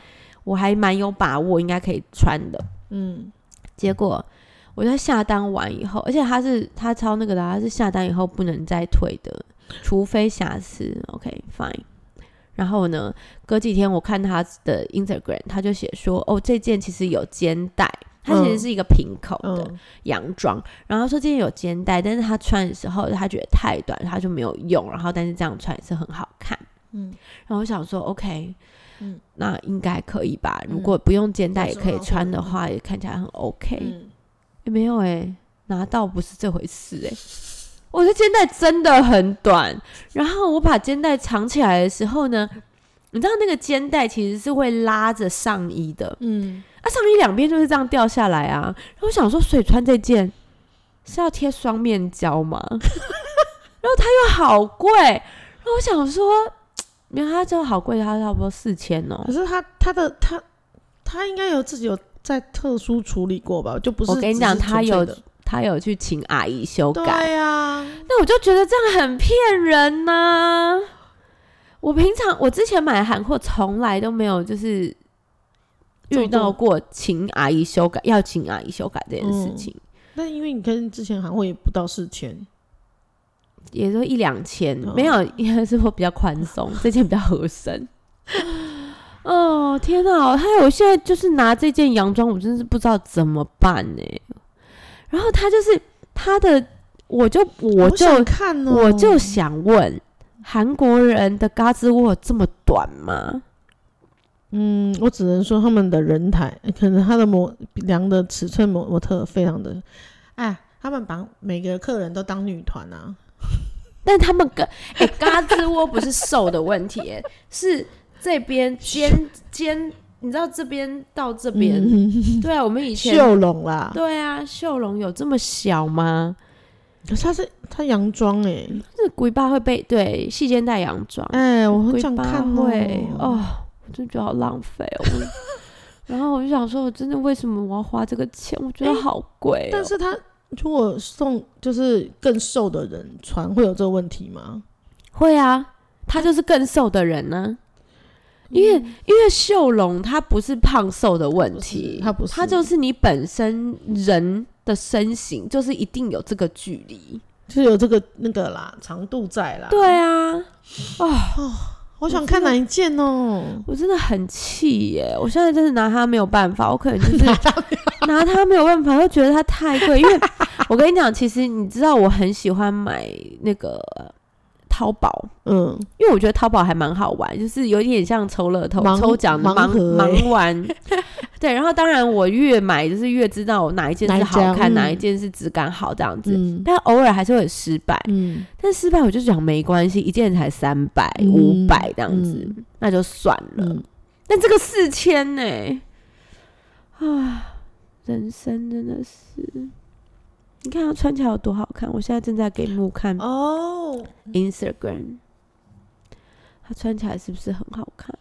B: 我还蛮有把握，应该可以穿的。
A: 嗯，
B: 结果我在下单完以后，而且他是他超那个的啊，他是下单以后不能再退的，除非瑕疵。OK fine。然后呢，隔几天我看他的 Instagram，他就写说，哦，这件其实有肩带，它其实
A: 嗯
B: 是一个平口的
A: 嗯，
B: 洋装，然后他说这件有肩带，但是他穿的时候他觉得太短，他就没有用，然后但是这样穿也是很好看。
A: 嗯，
B: 然后我想说，OK，
A: 嗯
B: 那应该可以吧？如
A: 嗯
B: 果不用肩带
A: 到
B: 也
A: 时
B: 可以
A: 候
B: 穿
A: 会
B: 的
A: 嗯
B: 话，也看起来很 OK。
A: 嗯，
B: 欸没有哎、拿到不是这回事哎、我的肩带真的很短，然后我把肩带藏起来的时候呢，你知道那个肩带其实是会拉着上衣的，
A: 嗯，
B: 啊，上衣两边就是这样掉下来啊。然后我想说，所以穿这件是要贴双面胶吗？ (laughs) 然后它又好贵，然后我想说，没有，它就好贵，它差不多四千哦
A: 可。是他他的他他应该有自己有在特殊处理过吧？就不是
B: 我跟你讲
A: 只是
B: 他有
A: 纯粹的
B: 他有去请阿姨修改，
A: 对啊呀，
B: 那我就觉得这样很骗人呐、我平常我之前买韩货从来都没有就是
A: 这么
B: 遇到
A: 做
B: 过请阿姨修改要请阿姨修改这件事情，
A: 那因为你跟之前韩货也不到四千，
B: 也就一两千，
A: 哦
B: 没有，应该是我比较宽
A: (laughs)
B: 松，这件比较合身。哦天哪！还有，我现在就是拿这件洋装，我真是不知道怎么办呢、然后他就是他的，我就我
A: 我
B: 就
A: 想看哦，
B: 我就想问，韩国人的嘎吱窝有这么短吗？
A: 嗯，我只能说他们的人台，呃可能他的模量的尺寸模模特非常的，哎，他们把每个客人都当女团啊，
B: 但他们跟哎、嘎吱窝不是瘦的问题、哎 (laughs) 是这边肩肩，你知道这边到这边，
A: 嗯
B: 对啊，我们以前
A: 秀拢啦，
B: 对啊，秀容有这么小吗？
A: 可是他是他洋装哎、欸，
B: 这鬼爸会被对细肩带洋装，
A: 哎、我很
B: 鬼
A: 想
B: 爸
A: 看
B: 啊会
A: 哦。
B: 哦，我真觉得好浪费 (laughs) 哦。我然后我就想说，我真的为什么我要花这个钱？我觉得好贵、哦
A: 但是他如果送就是更瘦的人穿，会有这个问题吗？
B: 会啊，他就是更瘦的人呢、因为因为秀容它不是胖瘦的问题，
A: 它不是它不是
B: 它就是你本身人的身形就是一定有这个距离。
A: 就是有这个那个啦，长度在啦。
B: 对，啊，
A: 好想看哪一件哦、
B: 我真的很气耶！我现在真的拿它没有办法，我可能就是 (laughs) 拿它没有办法，又觉得它太贵。因为我跟你讲，其实你知道我很喜欢买那个淘宝，
A: 嗯，
B: 因为我觉得淘宝还蛮好玩，就是有点像抽乐透
A: 盲
B: 抽奖
A: 盲
B: 盲
A: 盒欸 (laughs)
B: 盲玩。对，然后当然我越买就是越知道我哪一件
A: 哪一
B: 是好
A: 家嗯
B: 看，哪一件是质感好这样子。
A: 嗯
B: 但偶尔还是会有失败，
A: 嗯，
B: 但失败我就想没关系，一件才三百、
A: 嗯
B: 五百这样子，
A: 嗯
B: 那就算了。
A: 嗯
B: 但这个四千呢、啊，人生真的是，你看它穿起来有多好看！我现在正在给木看
A: 哦，
B: Instagram，它穿起来是不是很好看？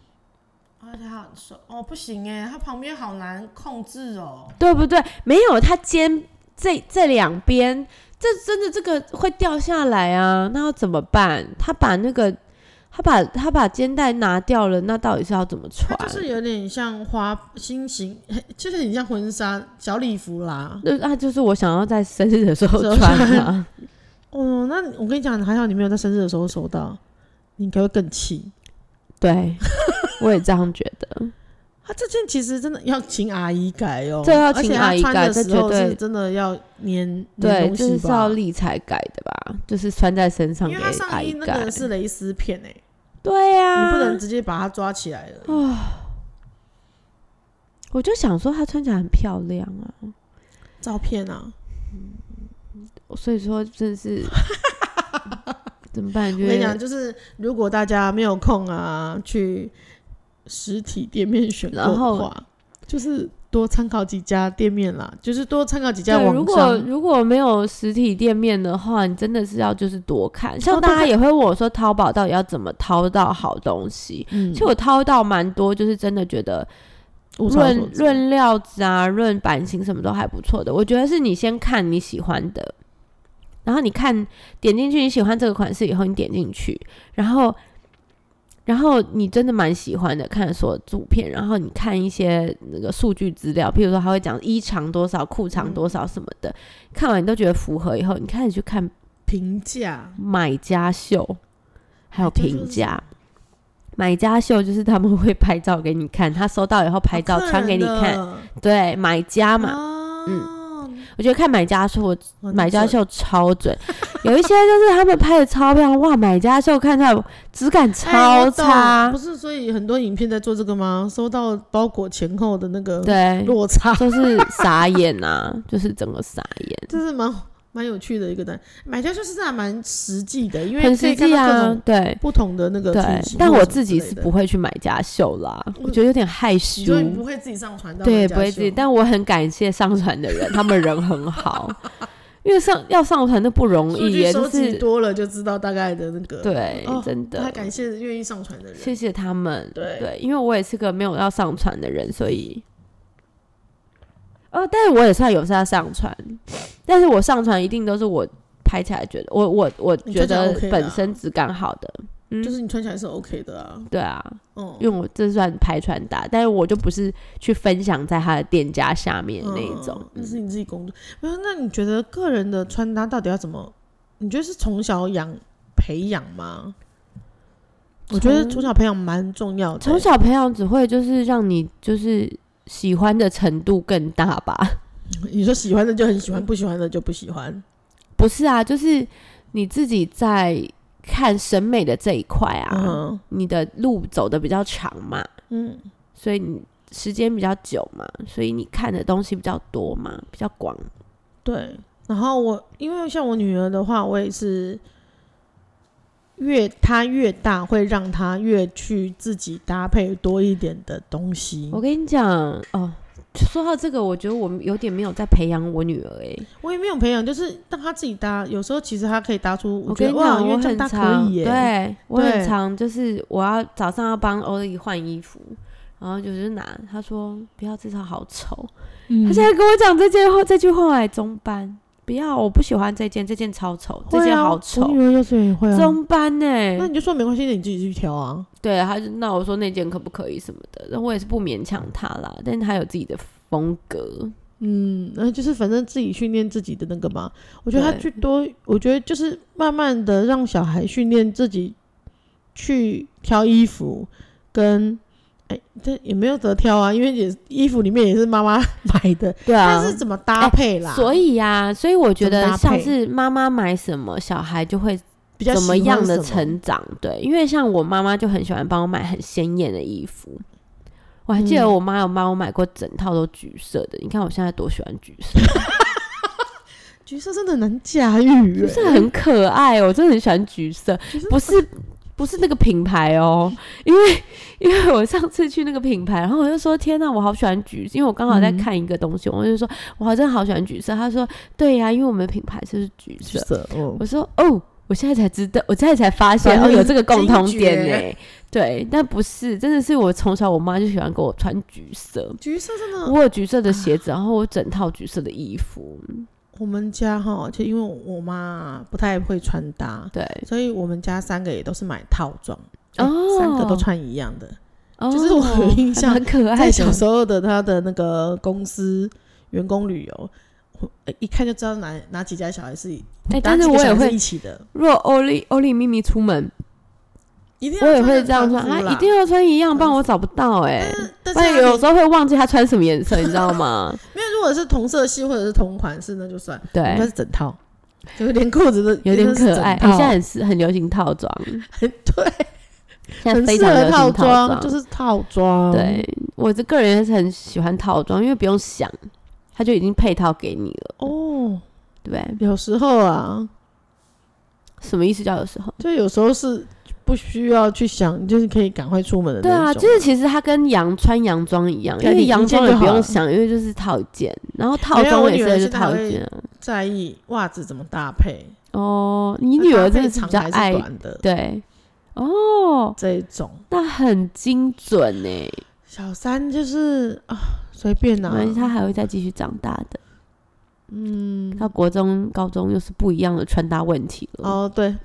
A: 而且他很瘦哦，不行哎，他旁边好难控制哦。
B: 对不对？没有，它肩这这两边，这真的这个会掉下来啊！那要怎么办？他把那个，他把他把肩带拿掉了，那到底是要怎么
A: 它
B: 穿？
A: 就是有点像花心形， (laughs) 就是很像婚纱小礼服啦。
B: 那那就是我想要在生日的时候
A: 时候
B: 穿啊！
A: 哦，那我跟你讲，还好你没有在生日的时候收到，你应该会更气。
B: (laughs) 对，我也这样觉 (laughs) 得。
A: 他这件其实真的要请阿姨改哦，
B: 这要
A: 而
B: 请
A: 且它
B: 阿姨
A: 穿
B: 改
A: 的
B: 这
A: 时候
B: 绝对
A: 是真的要粘粘
B: 对，
A: 东
B: 这
A: 西
B: 是
A: 吧。
B: 要立裁改的吧？就是穿在身上
A: 因
B: 给
A: 为它
B: 阿
A: 上
B: 姨
A: 衣那
B: 改啊
A: 个。是蕾丝片哎、
B: 对呀、
A: 你不能直接把它抓起来了。
B: 啊我就想说她穿起来很漂亮啊。
A: 照片啊，
B: 所以说真的是怎么办？
A: 我
B: 就
A: 跟你
B: 是
A: 讲，就是如果大家没有空啊，去实体店面选购
B: 然后
A: 的话，就是多参考几家店面啦，就是多参考几家
B: 对，如
A: 网
B: 果
A: 站。
B: 如果没有实体店面的话，你真的是要就是多看。像
A: 多
B: 大家
A: 嗯看
B: 也会问我说，淘宝到底要怎么淘到好东西？
A: 嗯
B: 其实我淘到蛮多，就是真的觉得
A: 物超所
B: 论
A: 值
B: 论料子啊、论版型什么都还不错的。我觉得是你先看你喜欢的，然后你看点进去你喜欢这个款式以后，你点进去，然后然后你真的蛮喜欢的，看所有图片，然后你看一些那个数据资料，譬如说他会讲衣长多少、裤长多少什么的，看完你都觉得符合以后，你开始去看
A: 评价，
B: 买家秀，还有
A: 买家哎秀是什
B: 评价。买家秀就是他们会拍照给你看，他收到以后拍照
A: 好哦
B: 传给你看。
A: 人
B: 对，买家
A: 的
B: 嘛，
A: 啊，哦
B: 我觉得看买家秀，
A: 哇
B: 买家，
A: 那
B: 秀超准。 (laughs) 有一些就是他们拍的超漂亮，哇，买家秀看起来质感
A: 准哎
B: 超
A: 我懂
B: 差。
A: 不是，所以很多影片在做这个吗？收到包裹前后的那个
B: 对，
A: 落差，
B: 就是傻眼啊， (laughs) 就是整个傻眼，
A: 这是蛮蛮有趣的一个单。买家秀是还蛮实际的，因为
B: 很
A: 可以
B: 实
A: 看
B: 际
A: 到各
B: 啊
A: 种，
B: 对
A: 不同的那个
B: 对
A: 体型。
B: 但
A: 或
B: 我
A: 者什么
B: 自
A: 之
B: 己是
A: 类的嗯
B: 不会去买家秀啦，我觉得有点害羞
A: 你。就不会自己上传到
B: 对，
A: 人家
B: 不会自己，
A: 秀
B: 但我很感谢上传的人，他们人很好， (laughs) 因为上要上传都不容
A: 数
B: 易
A: 据
B: 耶，就
A: 收集
B: 是
A: 多了就知道大概的那个。，
B: 对，
A: 哦
B: 真的
A: 他感谢愿意上传的人。
B: 谢谢他们。
A: 对
B: 因为我也是个没有要上传的人，所以，哦，但是我也算有在上传，但是我上传一定都是我拍起来觉得我我我
A: 你
B: 觉
A: 看起来
B: 得
A: OK 的啊
B: 本身质感好的，嗯，
A: 就是你穿起来是 OK 的啊，
B: 对啊，
A: 嗯，
B: 因为我这算拍穿搭，但是我就不是去分享在他的店家下面那一种
A: 嗯，那是你自己工作。没有，那你觉得个人的穿搭到底要怎么？你觉得是从小养培养吗？我觉得
B: 从
A: 从小培养蛮重要的、
B: 从小培养只会就是让你就是喜欢的程度更大吧？
A: 你说喜欢的就很喜欢，不喜欢的就不喜欢。
B: 不是啊，就是你自己在看审美的这一块啊，
A: 嗯
B: 你的路走的比较长嘛，
A: 嗯，
B: 所以你时间比较久嘛，所以你看的东西比较多嘛，比较广。
A: 对。然后我因为像我女儿的话，我也是越她越大，会让她越去自己搭配多一点的东西。
B: 我跟你讲哦，说到这个，我觉得我有点没有在培养我女儿哎、
A: 我也没有培养，就是让他自己搭。有时候其实他可以搭出，
B: 我
A: 觉得
B: 跟你
A: 哇，
B: 讲，
A: 因为
B: 我
A: 这样
B: 很
A: 搭可
B: 常
A: 以耶、
B: 对我很
A: 对
B: 常就是我要早上要帮欧丽换衣服，然后就是拿他说不要，这套好丑。
A: 嗯
B: 他现在跟我讲这件话，这句话哎，中班不要，我不喜欢这件，这件超丑，这
A: 会
B: 件
A: 啊
B: 好
A: 我
B: 丑
A: 女，儿幼稚园也会啊。
B: 中班呢、
A: 那你就说没关系，那你自己去挑啊。
B: 对，他就那我说那件可不可以什么的，那我也是不勉强他啦，但是他有自己的风格，
A: 嗯，那就是反正自己训练自己的那个嘛。我觉得他
B: 对
A: 去多，我觉得就是慢慢的让小孩训练自己去挑衣服，跟哎，这也没有得挑啊，因为也衣服里面也是妈妈买的，
B: 对啊哎
A: 但是怎么搭配啦，
B: 所
A: 以
B: 以呀、所以我觉
A: 啊怎么
B: 得
A: 搭
B: 像
A: 配
B: 是妈妈买什么，小孩就会
A: 比较
B: 怎么
A: 喜欢
B: 样的
A: 什
B: 成长。对，因为像我妈妈就很喜欢帮我买很鲜艳的衣服。我还记得
A: 嗯
B: 我妈有帮我买过整套都橘色的，你看我现在多喜欢橘色，
A: 橘色真的难驾驭、
B: 橘
A: 欸，
B: 色很可爱哦，我真的很喜欢橘色，不是不是那个品牌哦， (laughs) 因为因为我上次去那个品牌，然后我就说天呐，我好喜欢橘，因为我刚好在
A: 嗯
B: 看一个东西，我就说我好真的好喜欢橘色，他说对啊呀、因为我们品牌就是橘
A: 橘
B: 色，
A: 色，哦
B: 我说哦，我现在才知道，我现在才发
A: (laughs)
B: 现
A: 反
B: 哦，
A: 应
B: 有这个共
A: 惊
B: 通点
A: 觉
B: 呢、对，但不是，真的是我从小我妈就喜欢给我穿橘色，
A: 橘色真的，我
B: 我有橘色的鞋子，然后我整套橘色的衣服。
A: 们家哈，就因为我妈不太会穿搭，
B: 对，
A: 所以我们家三个也都是买套装，哎
B: 哦
A: 三个都穿一样的。
B: 就是
A: 我有印象
B: 很哦可爱
A: 在
B: 的。
A: 小时候的他的那个公司员工旅游，我呃一看就知道哪哪几家小孩是，
B: 哎、
A: 哪
B: 但是
A: 几个
B: 我
A: 小
B: 也
A: 孩
B: 会
A: 一，起的，
B: 若欧丽欧丽咪咪出门，
A: 一定要
B: 我也
A: 穿
B: 会
A: 得
B: 这样
A: 很
B: 穿，
A: 舒服
B: 她
A: 啦
B: 一定要穿一样，不然
A: 很
B: 我找不到哎、
A: 但
B: 不然
A: 是
B: 有
A: 有
B: 时候会忘记她穿什么颜色，你知道吗？
A: 没有，如果是同色系或者是同款式，那就算，我们家
B: 对，
A: 是整套，就连裤子都
B: 有点可爱。哎
A: 真
B: 现在
A: 的
B: 很时很流行
A: (laughs)
B: 套装，
A: 是整套
B: (laughs) 现
A: 对，很
B: 在非
A: 适
B: 常流
A: 合套
B: 行装，
A: 就是套装，，
B: 对我这个人也是很喜欢套装，因为不用想，他就已经配套给你了，
A: 哦，
B: 对不对？
A: 有时候啊，
B: 什么意思叫有时候？
A: 就有时候是不需要去想，就是可以赶快出门的
B: 对
A: 那
B: 啊，
A: 种
B: 就是其实它跟洋穿洋装一样，因
A: 对你
B: 为
A: 一
B: 洋
A: 件
B: 装
A: 就
B: 也不
A: 好
B: 用
A: 了
B: 想，因为就是套件，然后套
A: 没有
B: 装
A: 我
B: 也
A: 女
B: 是
A: 儿
B: 就
A: 现在
B: 套
A: 还会
B: 件啊。
A: 在意袜子怎么搭配。
B: 哦，你女儿真的是比较
A: 搭配长还
B: 爱
A: 是短的
B: 对哦，
A: 这一种。
B: 那很精准呢，
A: 小三就是啊，随便
B: 没
A: 拿、
B: 关系，她还会再继续长大的。
A: 嗯，
B: 到国中、高中又是不一样的穿搭问题了。
A: 哦，对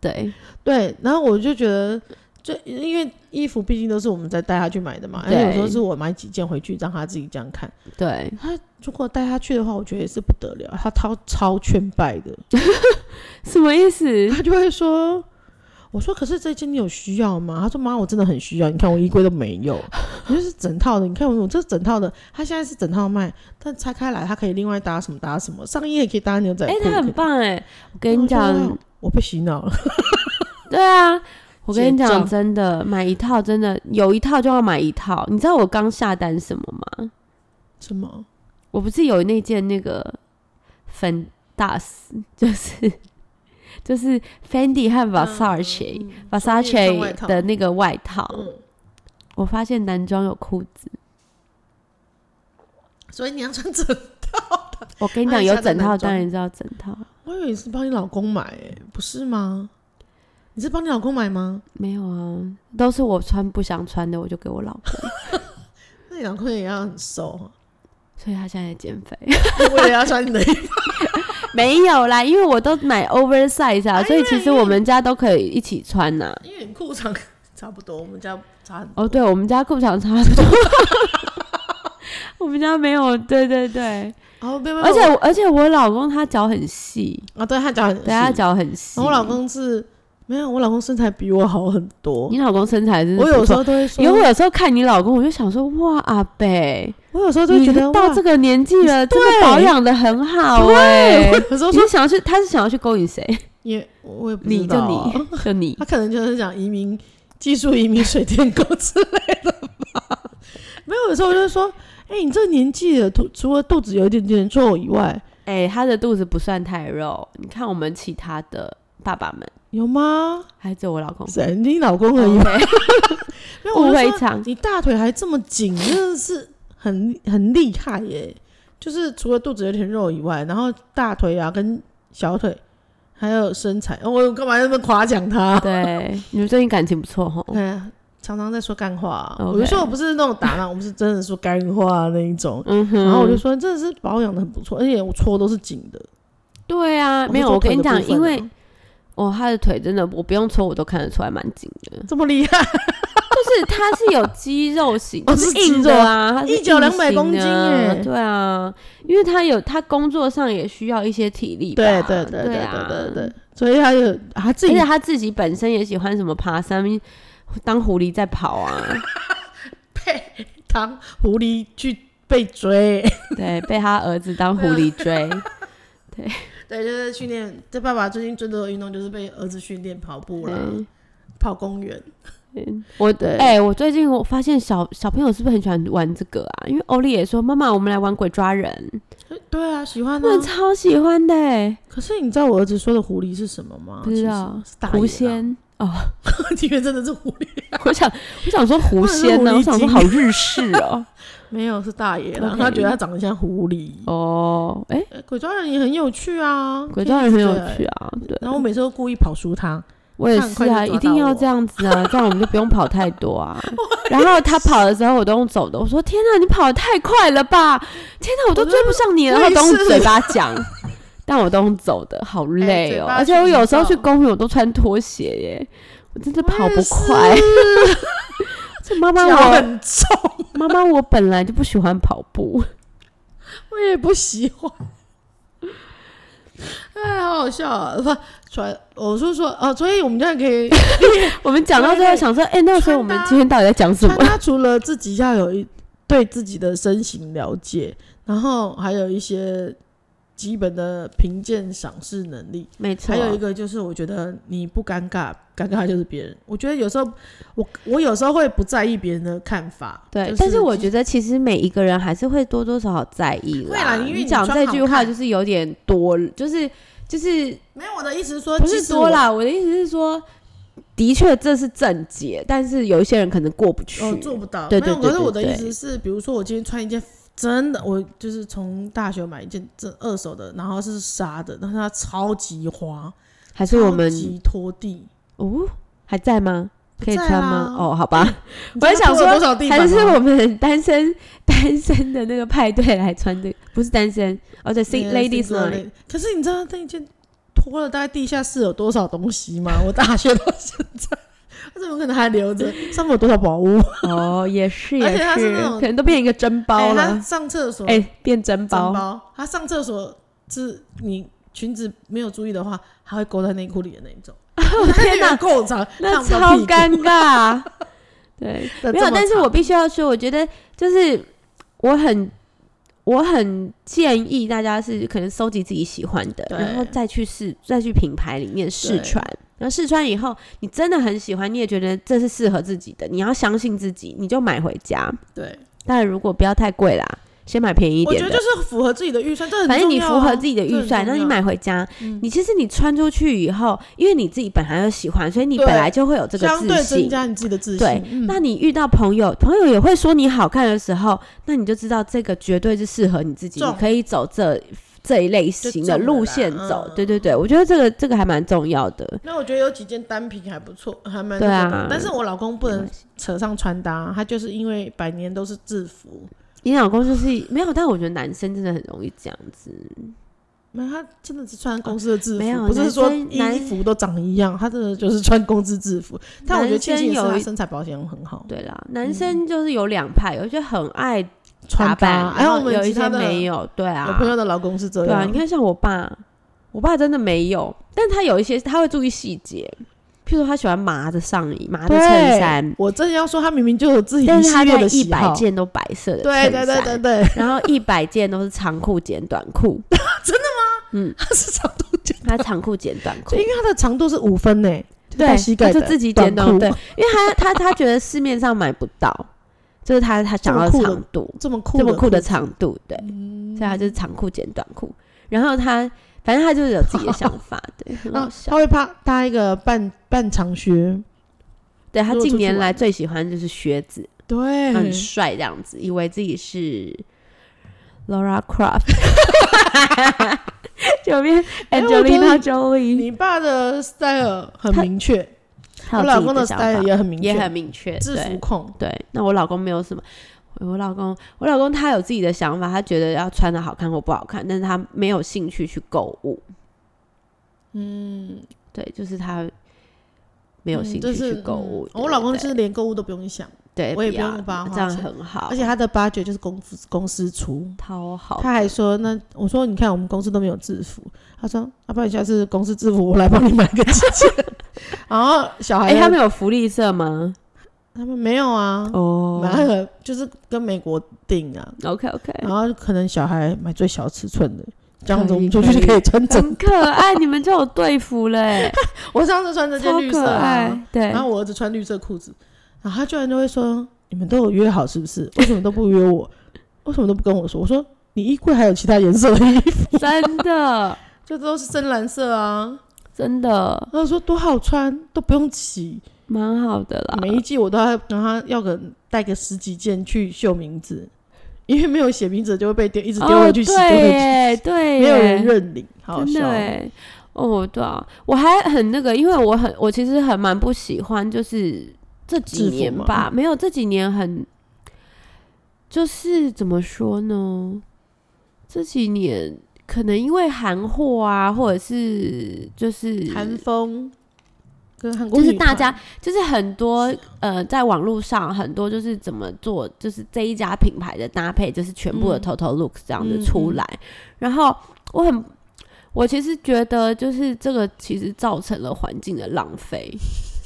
B: 对
A: 对，然后我就觉得，就因为衣服毕竟都是我们在带他去买的嘛，而
B: 对
A: 且有时候是我买几件回去让他自己这样看。
B: 对，
A: 如果带他去的话，我觉得也是不得了，他超超劝败的，
B: 什么意思？
A: 他就会说。我说：“可是这件你有需要吗？”他说：“妈，我真的很需要。你看我衣柜都没有， (laughs) 我就是整套的。你看我我这整套的，他现在是整套卖，但拆开来他可以另外搭什么搭什么，上衣也可以搭牛仔裤。
B: 哎、他
A: 可以
B: 很棒哎、我跟你讲，，
A: 我被洗脑了。
B: 对啊，我跟你
A: 写
B: 讲，
A: 照
B: 真的，买一套真的有一套就要买一套。你知道我刚下单什么吗？
A: 什么？
B: 我不是有那件那个粉大丝，就是 (laughs) 就是 Fendi 和
A: 嗯
B: Versace、
A: 双面外
B: Versace
A: 套
B: 的那个外套。
A: 嗯
B: 我发现男装有裤子，
A: 所以你要穿整，
B: 我跟你
A: 啊
B: 讲，
A: 你
B: 有
A: 下单
B: 整套
A: 男装
B: 当然知道整套，
A: (laughs) 我以为你是帮你老公买、欸不是吗？你是帮你老公买吗？
B: 没有啊，都是我穿不想穿的，我就给我老
A: (laughs)
B: 公，
A: 那你老公也要很瘦啊，
B: 所以他现在在减肥。
A: 为了要穿你的衣服，
B: 没有啦，因为我都买 oversize 啊，所以其实我们家都可以一起穿呐、
A: (laughs) 因为你裤长 (laughs) 差不多，我们家差哎很多。
B: 哦，对，我们家裤长差不多， (laughs) 我们家没有，对对对，
A: 哦，没有，没有
B: 而且我而且我老公他脚很细，
A: 啊，对他脚很细，
B: 对他脚很细。
A: 然后我老，公是没有，我老公身材比我好很多
B: 你。老公身材真的
A: 我
B: 不
A: 有时
B: 错
A: 候都会说，
B: 因为我有时候看你老公，我就想说，哇，阿北，
A: 我有时候都会
B: 你
A: 觉得
B: 到这
A: 个，
B: 个年纪了，真
A: 对
B: 的保养的很好哎、
A: 我有时候
B: 你
A: 说
B: 是想要去，他是想要去勾引谁？
A: 也我也不
B: 你
A: 知
B: 就
A: 道啊
B: 你 (laughs) 就你
A: 他可能就是想移民、技术移民、水电工之类的吧。没有，有时候我就说，哎、你这年纪了，除除了肚子有一点点肉以外，
B: 哎、他的肚子不算太肉，你看我们其他的爸爸们，
A: 有吗？
B: 还只有我老公，
A: 谁？你老公而已。
B: OK，
A: 没有，
B: 误
A: (laughs) 我就
B: 哦会
A: 说
B: 长，
A: 你大腿还这么紧，真的是很很厉害耶，就是除了肚子有点肉以外，然后大腿啊跟小腿，还有身材，哦、我干嘛要那么夸奖他？
B: 对，你们最近感情不错吼。
A: 对啊，常常在说干话、啊。
B: OK
A: 我就说我不是那种打骂，我们是真的说干话那一种。
B: 嗯哼，
A: 然后我就说真的是保养的很不错，而且我搓都是紧的。
B: 对啊，
A: 是
B: 没有，
A: 说
B: 我
A: 腿
B: 跟你
A: 的
B: 讲，
A: 部分
B: 因
A: 啊
B: 为哦，他的腿真的，我不用搓我都看得出来蛮紧的，
A: 这么厉害，
B: (laughs) 就是他是有肌肉型，
A: 哦
B: 就是
A: 肌
B: 硬的啊，他是
A: 一脚
B: 硬
A: 200公
B: 型的
A: 斤耶
B: 对啊，因为他有他工作上也需要一些体力吧，
A: 对对对
B: 对哎
A: 对
B: 啊
A: 对对对，所以他有他自
B: 而
A: 己
B: 且他自己本身也喜欢什么爬山，当狐狸在跑啊，
A: 被当狐狸去被追，
B: 对，被他儿子当狐狸追，
A: 对，就是训练。这爸爸最近最多的运动就是被儿子训练跑步啦，
B: (laughs) 对。
A: 跑公园。
B: 嗯 (laughs) 我
A: 对
B: 哎、我最近我发现小小朋友是不是很喜欢玩这个啊？因为欧丽也说：“妈妈，我们来玩鬼抓人。
A: 对啊，喜”欢
B: 我
A: 啊。
B: 超喜欢的、欸，
A: 可是你知道我儿子说的狐狸是什么吗？
B: 不知道
A: 其实是大野
B: 狐
A: (laughs) 狼，
B: 仙哦。
A: 你以为真的是狐狸？
B: (laughs) 我想，我想
A: (laughs)
B: 说狐仙呢、
A: 那是狐狸
B: 我想
A: 精
B: 说好日式哦。
A: 没有，是大野狼。
B: OK
A: 他觉得他长得像狐狸。
B: 哦，哎、
A: 呃鬼抓人也很有趣啊，
B: 鬼抓人很有趣
A: 啊。
B: 啊。对，
A: 然后我每次都故意跑输
B: (laughs)
A: 他，
B: 我也
A: 他很
B: 是
A: 快
B: 啊，
A: 就
B: 一
A: 抓
B: 定
A: 到
B: 要
A: 我
B: 这样子啊，这样我们就不用跑太
A: (laughs)
B: 多啊。然后他跑的时候，我都用走的。我说：“天啊哪、你跑得太快了吧！天啊哪、我都追不上你了。”
A: 我
B: 然后
A: 也
B: 都用
A: 是
B: 嘴巴讲，但我都用走的，好累
A: 哎嘴
B: 哦。
A: 巴
B: 而且我
A: 去
B: 有时候
A: 运
B: 去
A: 动
B: 公园，我都穿拖鞋耶，我真的
A: 我
B: 跑
A: 也
B: 不
A: 是 (laughs)
B: 快。 (laughs) 这妈妈
A: 脚
B: 我
A: 很重，
B: 妈妈我本来就不喜欢跑步，
A: 我也不喜欢。 (laughs) 哎，好好笑啊！不，传我是说哦，所以我们这样可以
B: 我们讲到最后
A: 对
B: 想说，哎、那时候我们
A: 穿搭
B: 今天到底在讲什么
A: 穿？搭除了自己要有一对自己的身形了解，然后还有一些基本的评鉴赏识能力，
B: 没错
A: 还，有一个就是我觉得你不尴尬，尴尬就是别人。我觉得有时候我我有时候会不在意别人的看法，
B: 对，
A: 就
B: 但是我
A: 得
B: 觉得其实每一个人还是会多多少少在意
A: 会啦
B: 啦。
A: 因为你
B: 讲
A: 穿
B: 这
A: 好
B: 句话
A: 看
B: 就是有点多，就是就是
A: 没有我的意思是说
B: 不
A: 即
B: 是
A: 使
B: 多
A: 我
B: 啦。我的意思是说，的确这是正解，但是有一些人可能过不去。
A: 哦，做不到。
B: 对对
A: 没有，可
B: 对
A: 是
B: 对
A: 我的
B: 对
A: 意思是，比如说我今天穿一件真的，我就是从大学买一件这二手的，然后是纱的，但是它超级滑，
B: 还是我们
A: 超级拖地。
B: 哦还在吗？可以
A: 不在
B: 穿吗？
A: 啦
B: 哦，好吧，
A: 你
B: 我
A: 知
B: 还
A: 道
B: 想
A: 拖了
B: 说
A: 多少地
B: 还
A: 板
B: 是
A: 吗
B: 我们单身 (laughs) 单身的那个派对来穿这个，不是单身，哦对，sing
A: 那个
B: ladies
A: single
B: night，
A: lady- 可是你知道那一件拖了大概地下室有多少东西吗？ (laughs) 我大学到现在，我怎么可能还留
B: (laughs)
A: 着？上面有多少宝物？
B: 哦也是
A: 而
B: 也
A: 且它是
B: 是
A: 那，种
B: 可能都变一个真包
A: 哎他
B: 了，
A: 上厕所，
B: 哎变真
A: 整
B: (laughs) 包。
A: 包。他上厕所是你裙子没有注意的话，他会勾在内裤里的那一种。天 (laughs) 哪，够长，
B: 那
A: 烫到
B: 超
A: 屁股
B: 尴尬。
A: (laughs)
B: 对，
A: 的
B: 没
A: 这么
B: 有，但是
A: 长
B: 我必须要说，我觉得就是我很我很建议大家是可能收集自己喜欢的，
A: 对
B: 然后再去试，再去品牌里面试
A: 对
B: 穿。然后试穿以后，你真的很喜欢，你也觉得这是适合自己的，你要相信自己，你就买回家。
A: 对，
B: 当然，如果不要太贵啦，先买便宜一
A: 我
B: 点
A: 觉
B: 的。
A: 得就是符合自己的预算，这很
B: 反正你
A: 重
B: 符
A: 要啊
B: 合自己的预算，
A: 这很
B: 那
A: 重
B: 你
A: 要
B: 买回家，
A: 嗯
B: 你其实你穿出去以后，因为你自己本来就喜欢，所以你本
A: 对
B: 来就会有这个
A: 相对
B: 自
A: 增
B: 信。
A: 加你自己的自信。
B: 对
A: 嗯
B: 那你遇到朋友，朋友也会说你好看的时候，那你就知道这个绝对是适合你自己，
A: 中
B: 你可以走这这一类型的路线
A: 就中了
B: 走
A: 啦。嗯
B: 对对对，我觉得这个这个还蛮重要的。
A: 那我觉得有几件单品还不错，还蛮
B: 对啊
A: 那个的但是我老公不能扯上穿搭，他就是因为百年都是制服，
B: 你老公就是没有，但我觉得男生真的很容易这样子。
A: 没有他真的是穿公司的制
B: 没有
A: 服，不是说
B: 男生男
A: 衣服都长一样，他真的就是穿公司制服。但我觉得庆幸的是啊
B: 男生有
A: 他
B: 一
A: 身材保养很好，
B: 对啦，男生就是有两派，有一些很爱打
A: 穿
B: 扮，
A: 搭。还
B: 然
A: 有我
B: 后
A: 们
B: 有一
A: 其
B: 些
A: 他的
B: 没有。对啊，
A: 我朋友的老公是这
B: 对啊，
A: 样
B: 你，看像我爸，我爸真的没有，但他有一些他会注意细节，譬如说他喜欢麻的上衣、麻的
A: 对
B: 衬衫，
A: 我正要说他明明就有自己
B: 但
A: 一
B: 是
A: 系
B: 他
A: 列
B: 在
A: 的
B: 一
A: 喜
B: 百
A: 好，
B: 件都白色的
A: 对对对对
B: 对， (laughs)
A: 对，
B: 然后一百件都是长裤剪短
A: (laughs)
B: 裤，
A: 他是长度，
B: 他长裤剪短裤
A: 因。为他的长度是五分呢，就是
B: 对，
A: 到膝盖的
B: 他就自己剪短裤，
A: 短裤
B: 对，因为他他他觉得市面上买不到，就是他他想要
A: 这么酷的
B: 长度，
A: 这么酷
B: 这么酷的
A: 裤子嗯
B: 长度，对，所以他就是长裤剪短裤，然后他反正他就是有自己的想法，
A: (laughs)
B: 对，很好
A: 啊，
B: 笑
A: 他。会怕搭一个半半长靴，
B: 对他
A: 如果
B: 近
A: 出去
B: 年
A: 玩嗯
B: 来最喜欢就是靴子，
A: 对，
B: 很帅这样子，以为自己是 Laura
A: (laughs)
B: Croft，就变
A: 哎我
B: Angelina
A: 觉
B: Jolie，
A: 你爸的 style 很明确，
B: 她
A: 我
B: 有
A: 老
B: 自己
A: 公的
B: 想
A: style
B: 法
A: 也很明确，
B: 也很明确，
A: 制服
B: 对
A: 控，
B: 对。那我老公没有什么。我老公，我老公他有自己的想法，他觉得要穿的好看或不好看，但是他没有兴趣去购物。嗯，对，就是他没有
A: 嗯
B: 兴
A: 就
B: 趣去
A: 是
B: 购物。
A: 嗯我老公
B: 对
A: 就是连购物都不用想，
B: 对，
A: 我也不
B: 要
A: 用帮他
B: 这样
A: 花钱
B: 很好，
A: 而且他的八九就是公司公司出。
B: 超好。
A: 他还说：“那我说，你看我们公司都没有制服。”他说：“啊要、不然下次公司制服我来帮你买个几件。” (laughs) 然后小孩
B: 哎、
A: 就，
B: 他们有福利社吗？
A: 他们没有啊，
B: 哦
A: 买那个就是跟美国订啊，
B: ，OK OK，
A: 然后可能小孩买最小尺寸的，这样子我们
B: 可
A: 出
B: 以
A: 去就
B: 可
A: 可
B: 以
A: 以 (laughs) 穿整。
B: 很可爱，你们就有队服
A: (laughs)
B: 嘞，
A: 我上次穿这件
B: 超
A: 绿色
B: 可
A: 的啊、
B: 爱。对
A: 然，后我儿子穿绿色裤子，然后他居然就会说：“你们都有约好是不是？为什么都不约我？为什么都不跟我说？”我说：“你衣柜还有其他颜色的衣 (laughs) 服，
B: (laughs) 真的
A: 就都是深蓝色啊。
B: 真”的
A: 他说：“多好穿，都不用洗。
B: 蛮好的啦。
A: 每一季我都要让他要个带个十几件去绣名字，因为没有写名字就会被丢，一直丢
B: 哦，
A: 回去洗，丢
B: 对
A: 回去，
B: 耶，对耶，
A: 没有人认领，好好
B: 真
A: 笑哦
B: 的。哎。哦，对啊，我还很那个，因为我很，我其实很蛮不喜欢，就是这几
A: 制服嗯
B: 年
A: 吗
B: 吧，没有这几年很，就是怎么说呢？这几年可能因为韩货啊，或者是就是
A: 韩风跟韩国
B: 就是
A: 女
B: 大
A: 团
B: 家就是很
A: 啊
B: 多呃，在网络上很多就是怎么做，就是这一家品牌的搭配，就是全部的
A: 嗯
B: total look 这样子
A: 嗯
B: 出
A: 嗯
B: 来。然后我很，我其实觉得就是这个其实造成了环境的浪费。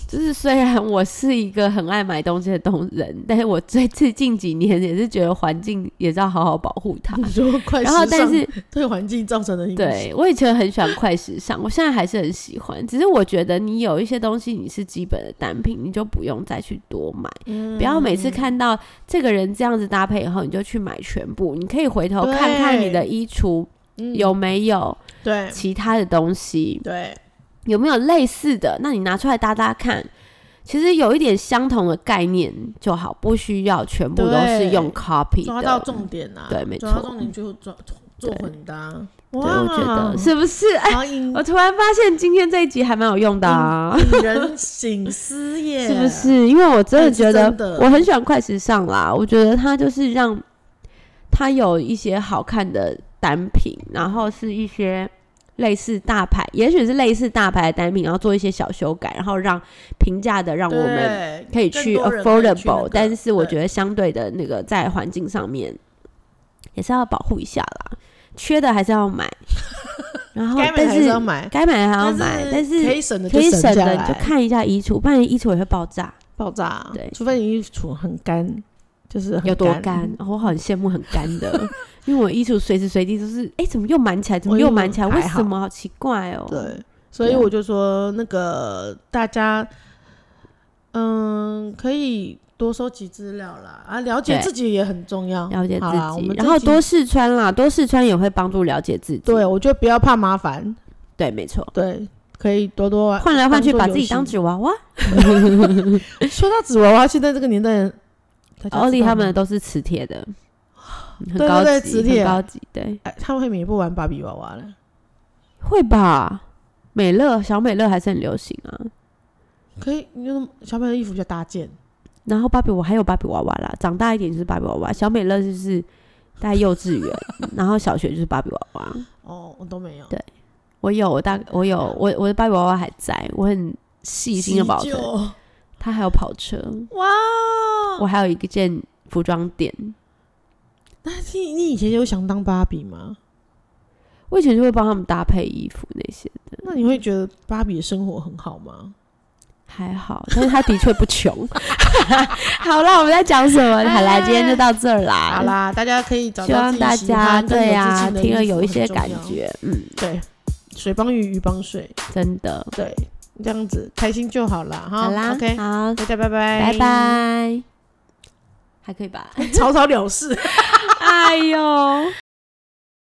B: 就是虽然我是一个很爱买东西的东人，但是我最最近几年也是觉得环境也是要好好保护它。
A: 你 (laughs) 说快嗯时
B: 然
A: 尚，
B: 后，但是
A: (laughs) 对环境造成的影响，
B: 对，我以前很喜欢快时尚，我现在还是很喜欢。只是我觉得你有一些东西你是基本的单品，你就不用再去多买，
A: 嗯
B: 不要每次看到这个人这样子搭配以后，你就去买全部。你可以回头看看你的衣橱
A: 嗯
B: 有没有
A: 对
B: 其他的东西，
A: 对，
B: 有没有类似的，那你拿出来搭搭看。其实有一点相同的概念就好，不需要全部都是
A: 对
B: 用 copy
A: 抓到
B: 的。
A: 重点啦，
B: 对没
A: 抓到
B: 错
A: 重点就抓做混搭，
B: 对，
A: 哇，
B: 我觉得是不是？哎，
A: 好
B: (laughs)
A: 引
B: 我突然发现今天这一集还蛮有用的啊。
A: 引人醒思耶，
B: 是不？是？因为我真的
A: 啊但是
B: 觉得
A: 真的
B: 我很喜欢快时尚啦，我觉得它就是让它有一些好看的单品，然后是一些类似大牌，也许是类似大牌的单品，然后做一些小修改，然后让平价的让我们
A: 对，
B: 可以去
A: 更多人可以去那
B: affordable，
A: 个
B: 但是我
A: 对
B: 觉得相对的那个在环境上面也是要保护一下啦，缺的还是要买，然后
A: 该买
B: 但
A: 的还是
B: 是
A: 要买，
B: 该买的还要买，但
A: 可
B: 是。
A: 以省的
B: 可以省
A: 下
B: 的你
A: 来
B: 就看一下衣橱，不然衣橱也会爆炸。
A: 爆炸，
B: 对
A: 除非你衣橱很干，就是很
B: 有多干？哦我很羡慕很干的，因为我衣橱随时随地都是，哎、怎么又满起来？怎么
A: 我
B: 又
A: 衣服
B: 满起来？
A: 还
B: 为
A: 好
B: 什么？好奇怪哦。，
A: 对，所以
B: 对啊
A: 我就说那个大家，嗯，可以多收集资料啦，啊，了解
B: 对
A: 自己也很重要，
B: 了解
A: 好啦我
B: 自己
A: 们，
B: 然
A: 这
B: 后
A: 集
B: 多试穿啦，多试穿也会帮助了解自己。
A: 对，我觉得不要怕麻烦，
B: 对，没错。
A: 对，可以多多玩。
B: 换来换去，
A: 当作
B: 把
A: 游
B: 自己当
A: 戏
B: 纸娃娃。 (laughs)
A: 说到纸娃娃，现在这个年代人，大家
B: 奥利
A: 知道
B: 他们
A: 吗
B: 都是磁铁的，很
A: 对
B: 高
A: 对对
B: 级，
A: 磁铁
B: 很高级。对，
A: 哎，他们也不玩芭比娃娃了，
B: 会吧？美乐小美乐还是很流行啊。
A: 可以，因为小朋友的衣服比较搭件，
B: 然后芭比我还有芭比娃娃啦，长大一点就是芭比娃娃，小美乐就是在幼稚园，
A: (laughs)
B: 然后小学就是芭比娃娃。
A: 哦，我都没有，
B: 对我有，我大我有，我我的芭比娃娃还在，我很细心的保
A: 急
B: 存
A: 救。
B: 它还有跑车，
A: 哇，
B: 我还有一件服装店。
A: 那你你以前有想当芭比吗？
B: 我以前就会帮他们搭配衣服那些的，
A: 那你会觉得芭比的生活很好吗？
B: 还好，但是他的确不
A: (laughs)
B: 穷。好啦，我们在讲什么？好啦，今天就到这儿啦。
A: 哎好，啦，大家可以找
B: 哎希
A: 到
B: 望
A: 自
B: 大
A: 己喜
B: 家
A: 欢跟
B: 对
A: 有
B: 呀、
A: 自信的
B: 听了
A: 衣服
B: 有一些
A: 很重
B: 感
A: 要。
B: 觉，嗯，
A: 对，水帮鱼，鱼帮水，
B: 真的。
A: 对，这样子开心就好啦。哈。
B: 好啦
A: o k
B: 好，
A: 大家拜拜，(laughs)
B: 拜，拜，还可以吧？ (laughs)
A: 草草了事。
B: 哎呦。